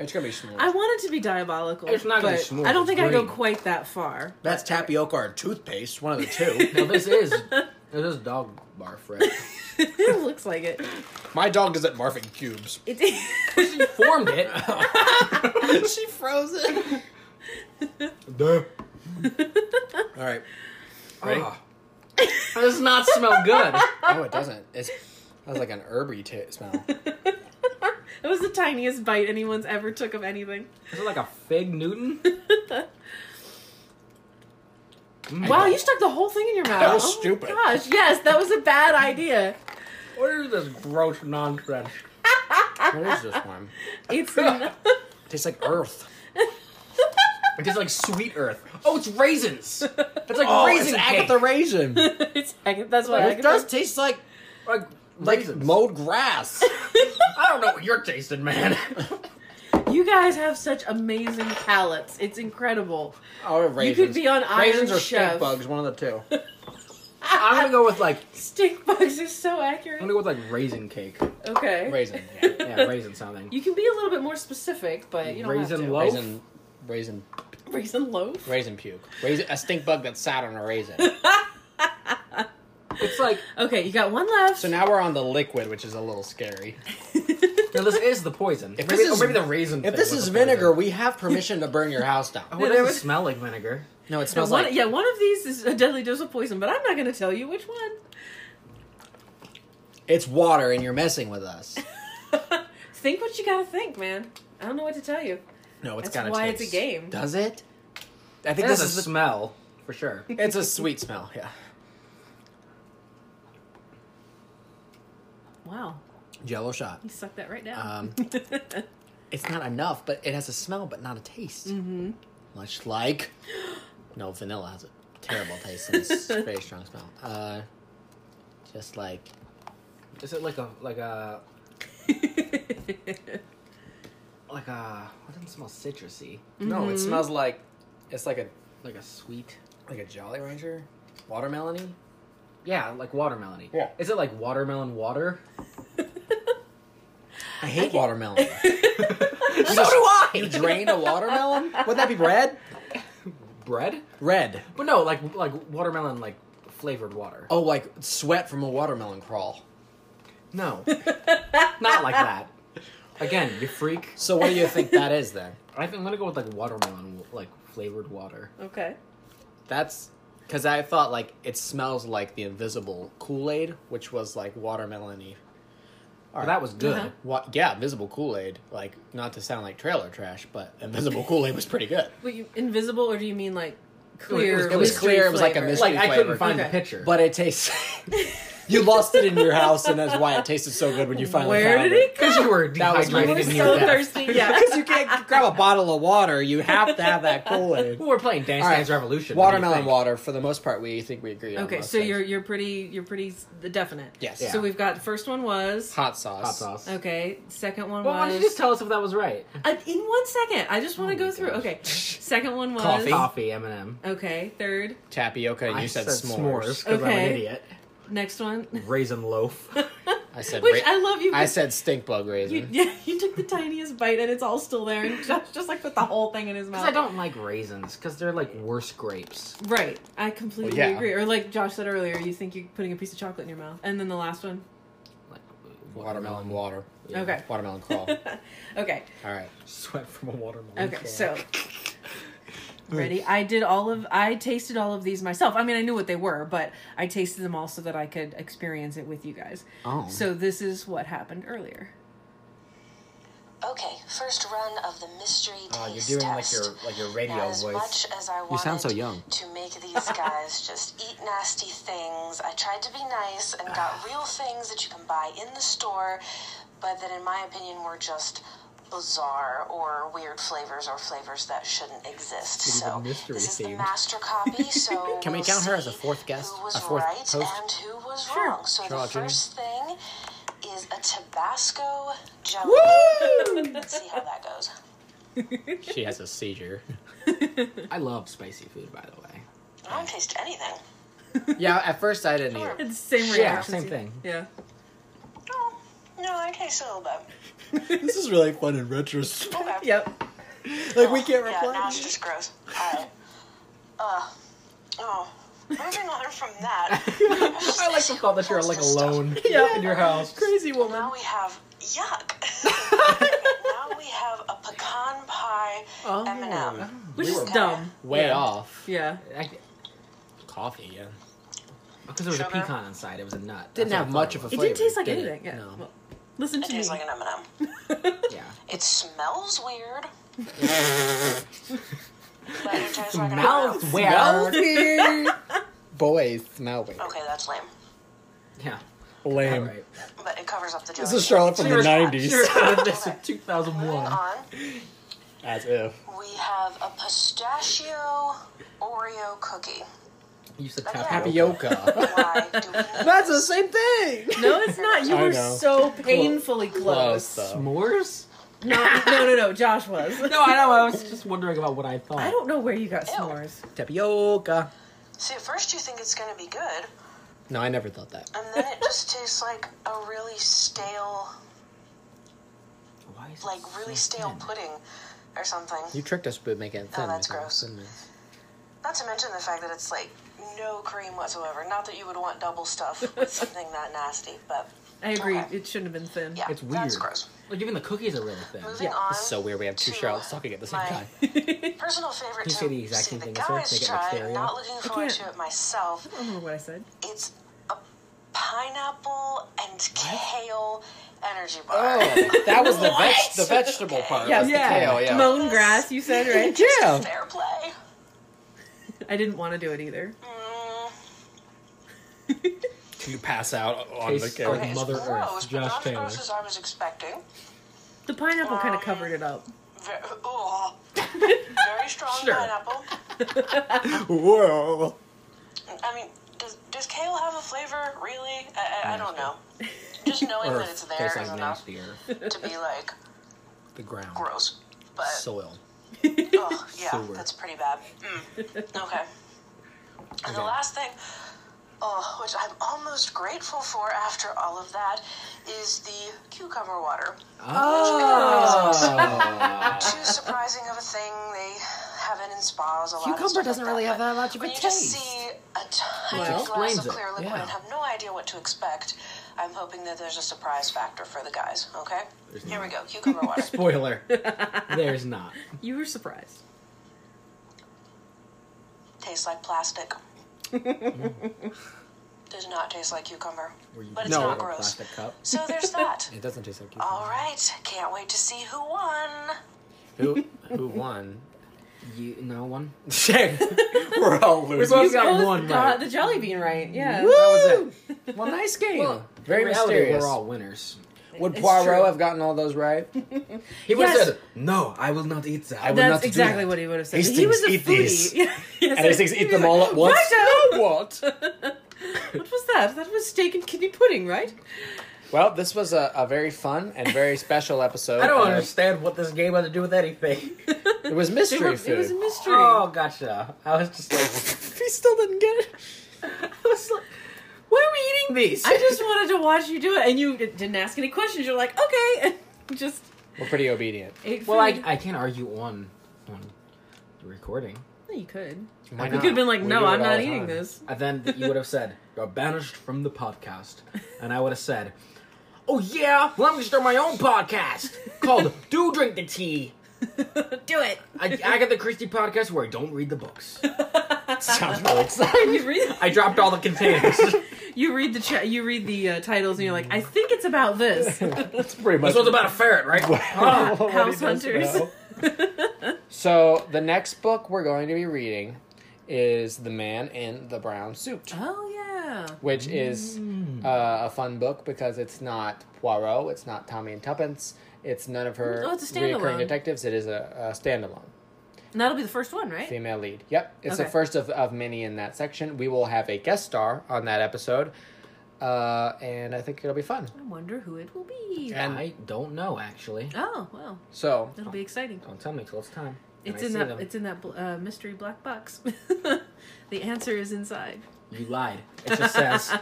[SPEAKER 1] It's gonna be s'mores.
[SPEAKER 2] I want it to be diabolical.
[SPEAKER 4] It's not gonna
[SPEAKER 2] but
[SPEAKER 4] smooth,
[SPEAKER 2] I don't
[SPEAKER 4] it's
[SPEAKER 2] think I go
[SPEAKER 4] green.
[SPEAKER 2] quite that far.
[SPEAKER 1] That's tapioca or toothpaste, one of the two.
[SPEAKER 4] No, this is this is dog barf, right?
[SPEAKER 2] it looks like it.
[SPEAKER 1] My dog isn't barfing cubes.
[SPEAKER 2] It
[SPEAKER 4] she formed it.
[SPEAKER 1] she froze it.
[SPEAKER 4] Duh.
[SPEAKER 1] All right. Ready?
[SPEAKER 4] Ah. It does not smell good.
[SPEAKER 1] No, it doesn't. It's that was like an herby t- smell.
[SPEAKER 2] it was the tiniest bite anyone's ever took of anything.
[SPEAKER 4] Is it like a fig Newton?
[SPEAKER 1] Mm.
[SPEAKER 2] Wow, you stuck the whole thing in your mouth.
[SPEAKER 1] That was
[SPEAKER 2] Oh my
[SPEAKER 1] stupid.
[SPEAKER 2] Gosh, yes, that was a bad idea.
[SPEAKER 4] What is this gross nonsense?
[SPEAKER 1] What is this one?
[SPEAKER 2] It's not-
[SPEAKER 1] tastes like earth.
[SPEAKER 4] It tastes like sweet earth. Oh, it's raisins. It's like raisin cake.
[SPEAKER 1] Oh, Agatha Raisin. it
[SPEAKER 2] it's Agatha. That's what Agatha.
[SPEAKER 1] does taste like
[SPEAKER 4] like
[SPEAKER 1] like
[SPEAKER 4] raisins.
[SPEAKER 1] mowed grass.
[SPEAKER 4] I don't know what you're tasting, man.
[SPEAKER 2] You guys have such amazing palettes. It's incredible.
[SPEAKER 1] Or Oh, raisins.
[SPEAKER 2] be on Iron
[SPEAKER 1] Raisins or
[SPEAKER 2] Chef.
[SPEAKER 1] stink bugs, one of the two. I'm gonna go with like
[SPEAKER 2] Stink bugs is so
[SPEAKER 4] I'm
[SPEAKER 2] accurate.
[SPEAKER 4] gonna go with like raisin cake.
[SPEAKER 2] Okay.
[SPEAKER 1] raisin. Yeah.
[SPEAKER 4] Yeah, raisin something.
[SPEAKER 2] You can be a little bit more specific, but you don't have
[SPEAKER 4] Raisin
[SPEAKER 2] to.
[SPEAKER 4] loaf?
[SPEAKER 1] Raisin, raisin,
[SPEAKER 2] Raisin loaf.
[SPEAKER 1] raisin puke. Raisin, a stink bug that sat on a raisin.
[SPEAKER 4] It's like
[SPEAKER 2] Okay, you got one left.
[SPEAKER 1] So now we're on the liquid, which is a little scary.
[SPEAKER 4] no, this is the poison.
[SPEAKER 1] If
[SPEAKER 4] maybe,
[SPEAKER 1] this
[SPEAKER 4] or
[SPEAKER 1] is-
[SPEAKER 4] maybe the raisin.
[SPEAKER 1] If
[SPEAKER 4] thing
[SPEAKER 1] this
[SPEAKER 4] was
[SPEAKER 1] is
[SPEAKER 4] the poison.
[SPEAKER 1] vinegar, we have permission to burn your house
[SPEAKER 4] Oh,
[SPEAKER 1] down.
[SPEAKER 4] it
[SPEAKER 2] No, there
[SPEAKER 4] doesn't
[SPEAKER 2] was-
[SPEAKER 4] smell like vinegar.
[SPEAKER 1] No, it
[SPEAKER 2] No,
[SPEAKER 1] smells
[SPEAKER 2] one,
[SPEAKER 1] like
[SPEAKER 2] yeah, one of these is a deadly dose of poison, but I'm not going to tell you which one.
[SPEAKER 1] it's water, and you're messing with us.
[SPEAKER 2] think what you got to think, man. I don't know what to tell you.
[SPEAKER 1] No, it's
[SPEAKER 2] That's
[SPEAKER 1] gotta
[SPEAKER 2] why
[SPEAKER 1] taste.
[SPEAKER 2] it's a game.
[SPEAKER 1] Does it? I
[SPEAKER 4] It
[SPEAKER 1] think
[SPEAKER 4] has
[SPEAKER 1] this
[SPEAKER 4] a
[SPEAKER 1] is the
[SPEAKER 4] smell for sure.
[SPEAKER 1] It's a sweet smell, yeah.
[SPEAKER 2] Wow,
[SPEAKER 1] Jello shot.
[SPEAKER 2] you sucked that right down.
[SPEAKER 1] Um, It's not enough, but it has a smell, but not a taste. Mm-hmm. Much like, no, vanilla has a terrible taste and it's a very strong smell. Uh, just like
[SPEAKER 4] Is it like a like a like a? What doesn't smell citrusy?
[SPEAKER 1] no, it smells like it's like a
[SPEAKER 4] Like a sweet.
[SPEAKER 1] like a Jolly Rancher, watermelony.
[SPEAKER 4] Yeah, like watermelony.
[SPEAKER 1] Yeah.
[SPEAKER 4] Is it like watermelon water?
[SPEAKER 1] I hate watermelon.
[SPEAKER 4] so do I.
[SPEAKER 1] you drain a watermelon? Would that be red?
[SPEAKER 4] Bread?
[SPEAKER 1] Red.
[SPEAKER 4] But no, like like watermelon like flavored water.
[SPEAKER 1] Oh, like sweat from a watermelon crawl.
[SPEAKER 4] No, not like that. Again, you freak.
[SPEAKER 1] So what do you think that is then?
[SPEAKER 4] I think I'm gonna go with like watermelon, like flavored water.
[SPEAKER 2] okay.
[SPEAKER 1] That's because I thought like it smells like the invisible Kool Aid, which was like watermelony.
[SPEAKER 4] But that was good.
[SPEAKER 2] Uh-huh.
[SPEAKER 1] What? Yeah, invisible Kool Aid. Like not to sound like trailer trash, but invisible Kool Aid was pretty good.
[SPEAKER 2] Wait, you invisible, or do you mean like clear?
[SPEAKER 4] it was
[SPEAKER 2] mystery
[SPEAKER 1] clear, it was like a
[SPEAKER 2] flavor?
[SPEAKER 1] mystery-
[SPEAKER 4] Like I couldn't
[SPEAKER 1] flavored.
[SPEAKER 4] find
[SPEAKER 2] Okay.
[SPEAKER 4] the picture.
[SPEAKER 1] But it tastes. you lost it in your house, and that's why it tasted so good when you finally
[SPEAKER 2] Where
[SPEAKER 1] found
[SPEAKER 2] did it
[SPEAKER 4] because you
[SPEAKER 2] go?
[SPEAKER 4] were
[SPEAKER 1] That was
[SPEAKER 4] dehydrated
[SPEAKER 1] my-
[SPEAKER 2] You were
[SPEAKER 4] in
[SPEAKER 1] near
[SPEAKER 4] your
[SPEAKER 2] so
[SPEAKER 1] death.
[SPEAKER 2] thirsty. Yeah.
[SPEAKER 1] Because you can't grab a bottle of water, you have to have that Kool Aid.
[SPEAKER 4] Well, we're playing Dance Dance Revolution. What do you
[SPEAKER 1] Watermelon
[SPEAKER 4] think?
[SPEAKER 1] water, for the most part, we think we agree on.
[SPEAKER 2] Okay,
[SPEAKER 1] most
[SPEAKER 2] so
[SPEAKER 1] things.
[SPEAKER 2] you're you're pretty you're pretty s- definite.
[SPEAKER 1] Yes.
[SPEAKER 2] So we've got the first one was
[SPEAKER 1] hot sauce.
[SPEAKER 4] hot sauce.
[SPEAKER 2] okay. Second one
[SPEAKER 4] Well, why
[SPEAKER 2] was
[SPEAKER 4] don't you just tell us if that was right?
[SPEAKER 2] Uh, in one second. I just want to go through.
[SPEAKER 4] gosh.
[SPEAKER 2] Okay. Second one was
[SPEAKER 1] Oh Coffee.
[SPEAKER 4] Coffee, M and m
[SPEAKER 2] Okay. Third.
[SPEAKER 1] Tapioca. And you
[SPEAKER 4] I
[SPEAKER 1] said,
[SPEAKER 4] s'mores
[SPEAKER 1] s'mores.
[SPEAKER 4] because I'm
[SPEAKER 2] Okay.
[SPEAKER 4] an idiot.
[SPEAKER 2] Next one.
[SPEAKER 4] Raisin loaf.
[SPEAKER 1] I said.
[SPEAKER 2] Which
[SPEAKER 1] ra-
[SPEAKER 2] I love you.
[SPEAKER 1] I
[SPEAKER 2] but
[SPEAKER 1] said stink bug raisin.
[SPEAKER 2] You, yeah, you took the tiniest bite and it's all still there, and Josh just like put the whole thing in his mouth.
[SPEAKER 4] Because I don't like raisins because they're like worse grapes.
[SPEAKER 2] Right, I completely
[SPEAKER 1] Well, yeah.
[SPEAKER 2] agree. Or like Josh said earlier, you think you're putting a piece of chocolate in your mouth, and then the last one.
[SPEAKER 4] Like
[SPEAKER 1] Watermelon water.
[SPEAKER 4] Yeah.
[SPEAKER 2] Okay.
[SPEAKER 1] Watermelon crawl.
[SPEAKER 2] okay.
[SPEAKER 1] All right.
[SPEAKER 4] Sweat from a watermelon.
[SPEAKER 2] Okay.
[SPEAKER 4] jar.
[SPEAKER 2] So. Ready? I did all of I tasted all of these myself. I mean, I knew what they were, but I tasted them all so that I could experience it with you guys.
[SPEAKER 1] Oh.
[SPEAKER 2] So this is what happened earlier.
[SPEAKER 5] Okay, first run of the mystery
[SPEAKER 4] Oh, you're
[SPEAKER 5] taste
[SPEAKER 4] doing like
[SPEAKER 5] test.
[SPEAKER 4] your like your radio
[SPEAKER 5] now, as
[SPEAKER 4] voice.
[SPEAKER 5] much as I wanted
[SPEAKER 1] sound so young.
[SPEAKER 5] to make these guys just eat nasty things, I tried to be nice and
[SPEAKER 4] Ah.
[SPEAKER 5] got real things that you can buy in the store, but that in my opinion were just bizarre or weird flavors or flavors that shouldn't exist.
[SPEAKER 4] is a
[SPEAKER 5] So
[SPEAKER 4] mystery
[SPEAKER 5] this is the
[SPEAKER 4] themed.
[SPEAKER 5] master copy. So
[SPEAKER 1] Can we
[SPEAKER 5] we'll
[SPEAKER 1] count her as a
[SPEAKER 5] see
[SPEAKER 1] fourth guest?
[SPEAKER 5] Who was
[SPEAKER 1] A fourth
[SPEAKER 5] right
[SPEAKER 1] host?
[SPEAKER 5] and who was wrong? So
[SPEAKER 1] Charlotte,
[SPEAKER 5] the
[SPEAKER 1] Jimmy.
[SPEAKER 5] first thing is a Tabasco jelly. Let's see how that goes.
[SPEAKER 1] She has a seizure.
[SPEAKER 4] I love spicy food, by the way.
[SPEAKER 5] I don't taste anything.
[SPEAKER 1] yeah. At first, I didn't either.
[SPEAKER 2] It's the same reaction.
[SPEAKER 4] Yeah, same thing.
[SPEAKER 2] Yeah.
[SPEAKER 5] Oh, no, I taste a little bit.
[SPEAKER 1] This is really fun in retrospect.
[SPEAKER 5] Okay.
[SPEAKER 2] Yep.
[SPEAKER 1] Like we can't
[SPEAKER 5] Yeah, now it's
[SPEAKER 1] reply.
[SPEAKER 5] just gross. Alright. Uh, oh. Moving on from that.
[SPEAKER 4] I like the thought that you're like
[SPEAKER 5] What's this stuff?
[SPEAKER 4] alone in your house.
[SPEAKER 2] Crazy woman.
[SPEAKER 5] Now we have yuck. now we have a pecan pie
[SPEAKER 2] Oh.
[SPEAKER 5] M&M.
[SPEAKER 2] Which
[SPEAKER 4] We
[SPEAKER 2] is
[SPEAKER 4] were-
[SPEAKER 2] dumb.
[SPEAKER 1] Way
[SPEAKER 2] Yeah.
[SPEAKER 1] off.
[SPEAKER 2] Yeah.
[SPEAKER 1] Coffee. Yeah.
[SPEAKER 4] Because there was a
[SPEAKER 5] Sugar.
[SPEAKER 4] pecan inside, it was a nut.
[SPEAKER 1] Didn't
[SPEAKER 4] That's
[SPEAKER 1] have
[SPEAKER 4] what I
[SPEAKER 1] much of a.
[SPEAKER 4] thought it
[SPEAKER 2] It
[SPEAKER 1] flavor,
[SPEAKER 2] didn't taste like
[SPEAKER 1] did it?
[SPEAKER 2] anything. Yeah.
[SPEAKER 1] No.
[SPEAKER 2] Well, listen
[SPEAKER 5] It
[SPEAKER 2] to me.
[SPEAKER 5] tastes like an M&M.
[SPEAKER 4] was. Yeah.
[SPEAKER 5] It smells weird. but it tastes like an
[SPEAKER 4] Mouth
[SPEAKER 5] M&M.
[SPEAKER 4] weird.
[SPEAKER 1] Boys smell weird.
[SPEAKER 5] Okay, that's lame.
[SPEAKER 4] Yeah.
[SPEAKER 1] Lame.
[SPEAKER 4] Alright.
[SPEAKER 5] But it covers up the jelly.
[SPEAKER 1] This is Charlotte from the
[SPEAKER 4] Sure.
[SPEAKER 1] '90s.
[SPEAKER 4] Sure, I did this in 2001.
[SPEAKER 5] on.
[SPEAKER 1] As if.
[SPEAKER 5] We have a pistachio Oreo cookie.
[SPEAKER 4] You said
[SPEAKER 5] Again.
[SPEAKER 1] Tapioca.
[SPEAKER 5] Why do we need
[SPEAKER 1] That's the same thing.
[SPEAKER 2] No, it's not. You
[SPEAKER 1] I
[SPEAKER 2] were
[SPEAKER 1] know.
[SPEAKER 2] so painfully
[SPEAKER 1] Close
[SPEAKER 2] close.
[SPEAKER 1] though.
[SPEAKER 4] S'mores?
[SPEAKER 2] No, no, no, no. Josh was.
[SPEAKER 4] No, I know. I was just wondering about what I thought.
[SPEAKER 2] I don't know where you got s'mores.
[SPEAKER 1] Tapioca.
[SPEAKER 5] See, at first you think it's going to be good,
[SPEAKER 1] No, I never thought that.
[SPEAKER 5] and then it just tastes like a really stale,
[SPEAKER 4] Why is it
[SPEAKER 5] like really
[SPEAKER 4] so
[SPEAKER 5] stale
[SPEAKER 4] thin?
[SPEAKER 5] pudding or something.
[SPEAKER 1] You tricked us with making it thin.
[SPEAKER 5] that's
[SPEAKER 1] with your
[SPEAKER 5] gross.
[SPEAKER 1] thinness.
[SPEAKER 5] Not to mention the fact that it's like no cream whatsoever. Not that you would want double stuff with something that nasty, but
[SPEAKER 2] I agree.
[SPEAKER 5] Okay.
[SPEAKER 2] It shouldn't have been thin.
[SPEAKER 5] yeah,
[SPEAKER 4] It's
[SPEAKER 5] That's
[SPEAKER 4] weird.
[SPEAKER 5] gross.
[SPEAKER 4] Like even the cookies are really thin.
[SPEAKER 5] Moving on.
[SPEAKER 1] It's so weird. We have two
[SPEAKER 5] to
[SPEAKER 1] Charlottes talking at the same
[SPEAKER 5] my
[SPEAKER 1] time.
[SPEAKER 5] Personal favorite
[SPEAKER 4] you
[SPEAKER 5] to
[SPEAKER 4] say the exact
[SPEAKER 5] see
[SPEAKER 4] same
[SPEAKER 5] the
[SPEAKER 4] thing as her?
[SPEAKER 5] guys
[SPEAKER 4] Make it
[SPEAKER 5] try.
[SPEAKER 4] stereo?
[SPEAKER 5] Not looking forward
[SPEAKER 2] can't.
[SPEAKER 5] to it myself.
[SPEAKER 2] I don't remember what I said.
[SPEAKER 5] It's a pineapple and kale energy bar.
[SPEAKER 1] Oh, that was the veg- the vegetable part.
[SPEAKER 2] Yeah,
[SPEAKER 1] was the
[SPEAKER 2] yeah.
[SPEAKER 1] kale, yeah.
[SPEAKER 2] Mown grass, you said, right?
[SPEAKER 1] Yeah.
[SPEAKER 5] Fair play.
[SPEAKER 2] I didn't want to do it either.
[SPEAKER 5] Mm,
[SPEAKER 1] You pass out on the
[SPEAKER 4] Tastes
[SPEAKER 1] kale.
[SPEAKER 4] like
[SPEAKER 5] okay,
[SPEAKER 4] Mother
[SPEAKER 5] it's
[SPEAKER 4] Earth,
[SPEAKER 5] gross, but
[SPEAKER 4] Josh
[SPEAKER 5] not
[SPEAKER 4] Taylor.
[SPEAKER 5] as gross as I was expecting.
[SPEAKER 2] The pineapple kind of covered it up.
[SPEAKER 5] Very, ugh. very strong
[SPEAKER 4] Sure.
[SPEAKER 5] pineapple.
[SPEAKER 1] Whoa.
[SPEAKER 5] I mean, does does kale have a flavor? Really? I, I, I don't know. Just knowing that it's there
[SPEAKER 4] Tastes
[SPEAKER 5] is
[SPEAKER 4] like
[SPEAKER 5] enough
[SPEAKER 4] nasty earth.
[SPEAKER 5] to be like
[SPEAKER 1] The ground.
[SPEAKER 5] gross. But
[SPEAKER 1] Soil.
[SPEAKER 5] ugh, Oh, yeah,
[SPEAKER 4] Sewer.
[SPEAKER 5] that's pretty bad. Mm. Okay. And the last thing, oh, which I'm almost grateful for after all of that, is the cucumber water.
[SPEAKER 1] Ah. Oh.
[SPEAKER 5] Too surprising of a thing. They have it in spas a lot. and
[SPEAKER 1] Cucumber
[SPEAKER 5] stuff
[SPEAKER 1] doesn't
[SPEAKER 5] like
[SPEAKER 1] really have
[SPEAKER 5] but
[SPEAKER 1] that much of
[SPEAKER 5] when
[SPEAKER 1] a
[SPEAKER 5] you
[SPEAKER 1] taste.
[SPEAKER 5] just see a tiny
[SPEAKER 1] Well,
[SPEAKER 5] glass
[SPEAKER 4] explains
[SPEAKER 5] of
[SPEAKER 4] it,
[SPEAKER 5] clear liquid
[SPEAKER 1] yeah.
[SPEAKER 5] and have no idea what to expect, I'm hoping that there's a surprise factor for the guys. Okay, here we go. Cucumber water.
[SPEAKER 4] Spoiler. There's not.
[SPEAKER 2] You were surprised.
[SPEAKER 5] Tastes like plastic. Does not taste like cucumber,
[SPEAKER 4] Were you
[SPEAKER 5] but it's
[SPEAKER 1] No.
[SPEAKER 5] not
[SPEAKER 4] a
[SPEAKER 5] gross.
[SPEAKER 4] plastic cup?
[SPEAKER 5] So there's that.
[SPEAKER 1] It doesn't taste like cucumber.
[SPEAKER 5] All right, can't wait to see who won.
[SPEAKER 1] Who who won?
[SPEAKER 4] You no one.
[SPEAKER 1] We're all losers.
[SPEAKER 4] both got
[SPEAKER 2] both
[SPEAKER 4] one
[SPEAKER 2] got
[SPEAKER 4] right.
[SPEAKER 2] the jelly bean right. Yeah.
[SPEAKER 1] was it. Well, nice game. Very
[SPEAKER 4] In reality,
[SPEAKER 1] mysterious.
[SPEAKER 4] We're all winners.
[SPEAKER 1] Would
[SPEAKER 2] It's
[SPEAKER 1] Poirot
[SPEAKER 2] true.
[SPEAKER 1] have gotten all those right?
[SPEAKER 4] He would have
[SPEAKER 2] Yes.
[SPEAKER 4] said, "No, I will not eat that."
[SPEAKER 1] I would not
[SPEAKER 2] That's
[SPEAKER 1] do
[SPEAKER 2] exactly
[SPEAKER 1] that.
[SPEAKER 2] what he would have said.
[SPEAKER 1] Hastings,
[SPEAKER 2] he was a
[SPEAKER 1] eat
[SPEAKER 2] foodie.
[SPEAKER 1] these.
[SPEAKER 2] Yes,
[SPEAKER 1] And he thinks
[SPEAKER 2] he
[SPEAKER 1] eat
[SPEAKER 2] was
[SPEAKER 1] them
[SPEAKER 2] like,
[SPEAKER 1] all at once.
[SPEAKER 2] "Righto."
[SPEAKER 1] What?
[SPEAKER 2] what was that? That was steak and kidney pudding, right?
[SPEAKER 1] Well, this was a, a very fun and very special episode.
[SPEAKER 4] I don't
[SPEAKER 1] of-
[SPEAKER 4] understand what this game had to do with anything.
[SPEAKER 1] It was
[SPEAKER 2] They
[SPEAKER 1] mystery
[SPEAKER 2] were-
[SPEAKER 1] food.
[SPEAKER 2] it was a mystery.
[SPEAKER 4] oh, gotcha. I was just like,
[SPEAKER 1] he still didn't get it.
[SPEAKER 4] I was like, why are we eating these?
[SPEAKER 2] I just wanted to watch you do it, and you d- didn't ask any questions. You're like, okay, and just
[SPEAKER 1] We're pretty obedient.
[SPEAKER 2] ate
[SPEAKER 4] well, I,
[SPEAKER 2] food.
[SPEAKER 4] I can't argue on on the recording.
[SPEAKER 2] No, you could.
[SPEAKER 1] Why not?
[SPEAKER 2] You
[SPEAKER 4] You
[SPEAKER 2] could have been like,
[SPEAKER 1] We
[SPEAKER 2] no,
[SPEAKER 1] do it
[SPEAKER 2] I'm
[SPEAKER 1] all
[SPEAKER 2] not
[SPEAKER 1] the
[SPEAKER 2] eating
[SPEAKER 1] time.
[SPEAKER 2] this.
[SPEAKER 4] And then you would have said, "You're banished from the podcast," and I would have said, "Oh yeah, well I'm gonna start my own podcast called Do Drink the Tea."
[SPEAKER 2] do it.
[SPEAKER 4] I, Agatha Christie podcast where I don't read the books.
[SPEAKER 1] Sounds really exciting.
[SPEAKER 2] You read,
[SPEAKER 4] I dropped all the containers.
[SPEAKER 2] you read the cha- you read the uh, titles, and you're like, I think it's about this.
[SPEAKER 1] That's pretty much.
[SPEAKER 4] this one's about a ferret, right? Ah.
[SPEAKER 1] Wow, what he
[SPEAKER 2] House
[SPEAKER 1] does
[SPEAKER 2] Hunters.
[SPEAKER 1] know. so the next book we're going to be reading is The Man in the Brown Suit,
[SPEAKER 2] oh yeah.
[SPEAKER 1] which is uh, a fun book because it's not Poirot, it's not Tommy and Tuppence, it's none of her
[SPEAKER 2] Oh, it's a
[SPEAKER 1] reoccurring
[SPEAKER 2] standalone.
[SPEAKER 1] detectives. It is a, a standalone
[SPEAKER 2] And that'll be the first one, right?
[SPEAKER 1] female lead. Yep, it's the
[SPEAKER 2] Okay.
[SPEAKER 1] first of, of many in that section. We will have a guest star on that episode, uh, and I think it'll be fun.
[SPEAKER 2] I wonder who it will be.
[SPEAKER 1] And-
[SPEAKER 4] I don't know actually.
[SPEAKER 2] Oh well,
[SPEAKER 1] So
[SPEAKER 2] that'll be exciting.
[SPEAKER 4] Don't tell me till it's time. and
[SPEAKER 2] It's
[SPEAKER 4] I
[SPEAKER 2] in
[SPEAKER 4] see
[SPEAKER 2] that.
[SPEAKER 4] them.
[SPEAKER 2] It's in that bl- uh, mystery black box. the answer is inside.
[SPEAKER 4] You lied. It just says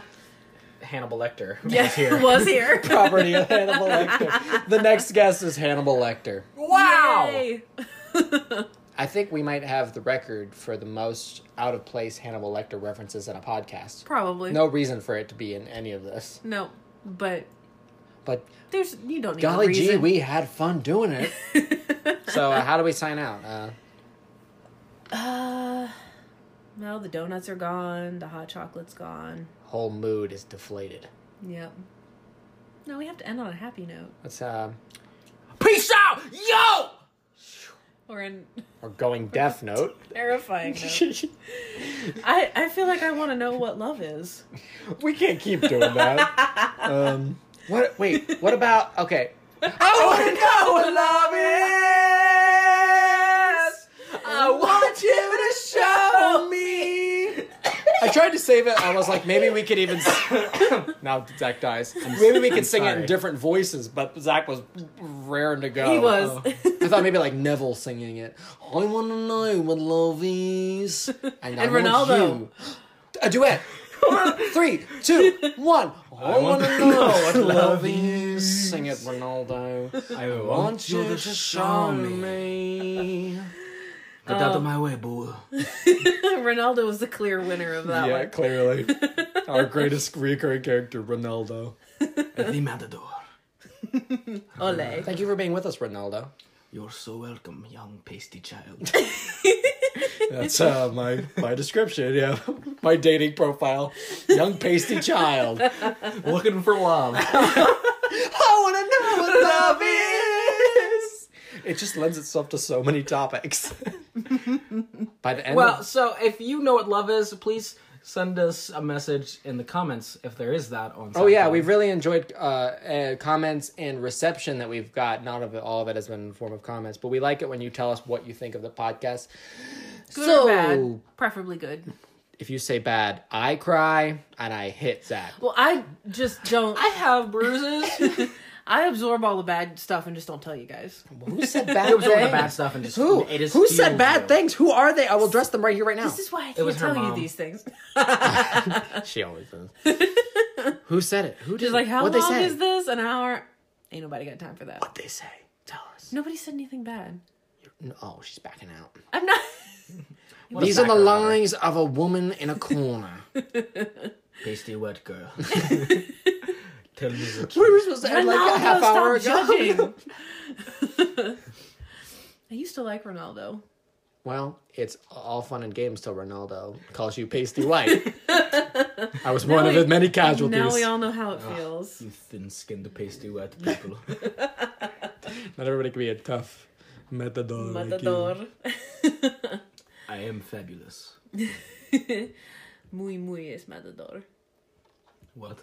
[SPEAKER 4] Hannibal Lecter was here.
[SPEAKER 2] was here.
[SPEAKER 1] property of Hannibal Lecter. The next guest is Hannibal Lecter.
[SPEAKER 4] Wow!
[SPEAKER 2] Yay.
[SPEAKER 1] I think we might have the record for the most out of place Hannibal Lecter references in a podcast.
[SPEAKER 2] Probably.
[SPEAKER 1] No reason for it to be in any of this.
[SPEAKER 2] No, but
[SPEAKER 1] But
[SPEAKER 2] there's you don't need a
[SPEAKER 1] golly
[SPEAKER 2] reason.
[SPEAKER 1] gee, we had fun doing it. so uh, how do we sign out? Uh,
[SPEAKER 2] Uh, no, the donuts are gone. The hot chocolate's gone.
[SPEAKER 1] whole mood is deflated.
[SPEAKER 2] Yep. No, we have to end on a happy note.
[SPEAKER 1] Let's uh,
[SPEAKER 4] Peace out, yo!
[SPEAKER 2] Or an
[SPEAKER 1] we're going deaf note.
[SPEAKER 2] terrifying note. I, I feel like I want to know what love is.
[SPEAKER 1] we can't keep doing that. Um, what? Wait. What about? Okay. I want to know what love is.
[SPEAKER 4] I want you to show me.
[SPEAKER 1] I tried tried to save it. I was like, maybe we could even. s- now Zach dies. Maybe we could sing it in
[SPEAKER 4] sorry.
[SPEAKER 1] different voices, but Zach was raring to go.
[SPEAKER 2] He was.
[SPEAKER 1] I thought maybe like Neville singing it. I want to know what love is. And, I
[SPEAKER 2] And
[SPEAKER 1] want
[SPEAKER 2] Ronaldo.
[SPEAKER 1] you. A duet. Three, two, one. I want to know what love is. Sing it, Ronaldo.
[SPEAKER 4] I
[SPEAKER 1] Want you to show me.
[SPEAKER 4] Get
[SPEAKER 1] Oh.
[SPEAKER 4] out of my way, boo.
[SPEAKER 2] Ronaldo was the clear winner of that one.
[SPEAKER 1] clearly. Our greatest recurring character, Ronaldo.
[SPEAKER 4] At the matador.
[SPEAKER 2] Ole.
[SPEAKER 1] Thank you for being with us, Ronaldo.
[SPEAKER 4] You're so welcome, young pasty child.
[SPEAKER 1] That's uh, my my description. Yeah, my dating profile: young pasty child. I
[SPEAKER 4] Looking for love.
[SPEAKER 1] want to know what love is. It just lends itself to so many topics. By the end,
[SPEAKER 4] Well,
[SPEAKER 1] of,
[SPEAKER 4] so if you know what love is, please send us a message in the comments if there is that on.
[SPEAKER 1] oh yeah,
[SPEAKER 4] SoundCloud.
[SPEAKER 1] we've really enjoyed uh, uh, comments and reception that we've got. Not of it, all of it has been in the form of comments, but we like it when you tell us what you think of the podcast.
[SPEAKER 2] Good
[SPEAKER 1] so,
[SPEAKER 2] or bad? Preferably good.
[SPEAKER 1] if you say bad, I cry and I hit Zach.
[SPEAKER 2] Well, I just don't.
[SPEAKER 4] I have bruises.
[SPEAKER 2] I absorb all the bad stuff and just don't tell you guys.
[SPEAKER 1] Who said bad?
[SPEAKER 4] It was all the
[SPEAKER 1] things?
[SPEAKER 4] bad stuff and just
[SPEAKER 1] Who?
[SPEAKER 4] It is
[SPEAKER 1] Who said
[SPEAKER 4] fueled
[SPEAKER 1] bad
[SPEAKER 4] you.
[SPEAKER 1] things? Who are they? I will dress them right here, right now.
[SPEAKER 2] This is why I
[SPEAKER 4] was
[SPEAKER 2] can't
[SPEAKER 4] her
[SPEAKER 2] tell you
[SPEAKER 4] mom.
[SPEAKER 2] these things.
[SPEAKER 1] she always does. Who said it? Who did
[SPEAKER 2] Just like, how
[SPEAKER 1] What'd
[SPEAKER 2] long
[SPEAKER 1] they say?
[SPEAKER 2] is this? An hour? Ain't nobody got time for that.
[SPEAKER 1] What'd they say? Tell us.
[SPEAKER 2] Nobody said anything bad.
[SPEAKER 1] No- Oh, she's backing out.
[SPEAKER 2] I'm not.
[SPEAKER 1] These are the
[SPEAKER 4] backer.
[SPEAKER 1] lines of a woman in a corner.
[SPEAKER 4] Pasty wet girl. Tell me the
[SPEAKER 1] we were supposed to end like a
[SPEAKER 2] Ronaldo,
[SPEAKER 1] half hour ago.
[SPEAKER 2] stop judging. I used to like Ronaldo.
[SPEAKER 1] Well, it's all fun and games till Ronaldo calls you pasty white. I was one of
[SPEAKER 2] we-
[SPEAKER 1] his many casualties.
[SPEAKER 2] Now we all know how it feels.
[SPEAKER 4] You thin-skinned pasty wet people.
[SPEAKER 1] Not everybody can be a tough matador. like you.
[SPEAKER 2] Matador.
[SPEAKER 4] I am fabulous.
[SPEAKER 2] muy, muy es matador.
[SPEAKER 4] What?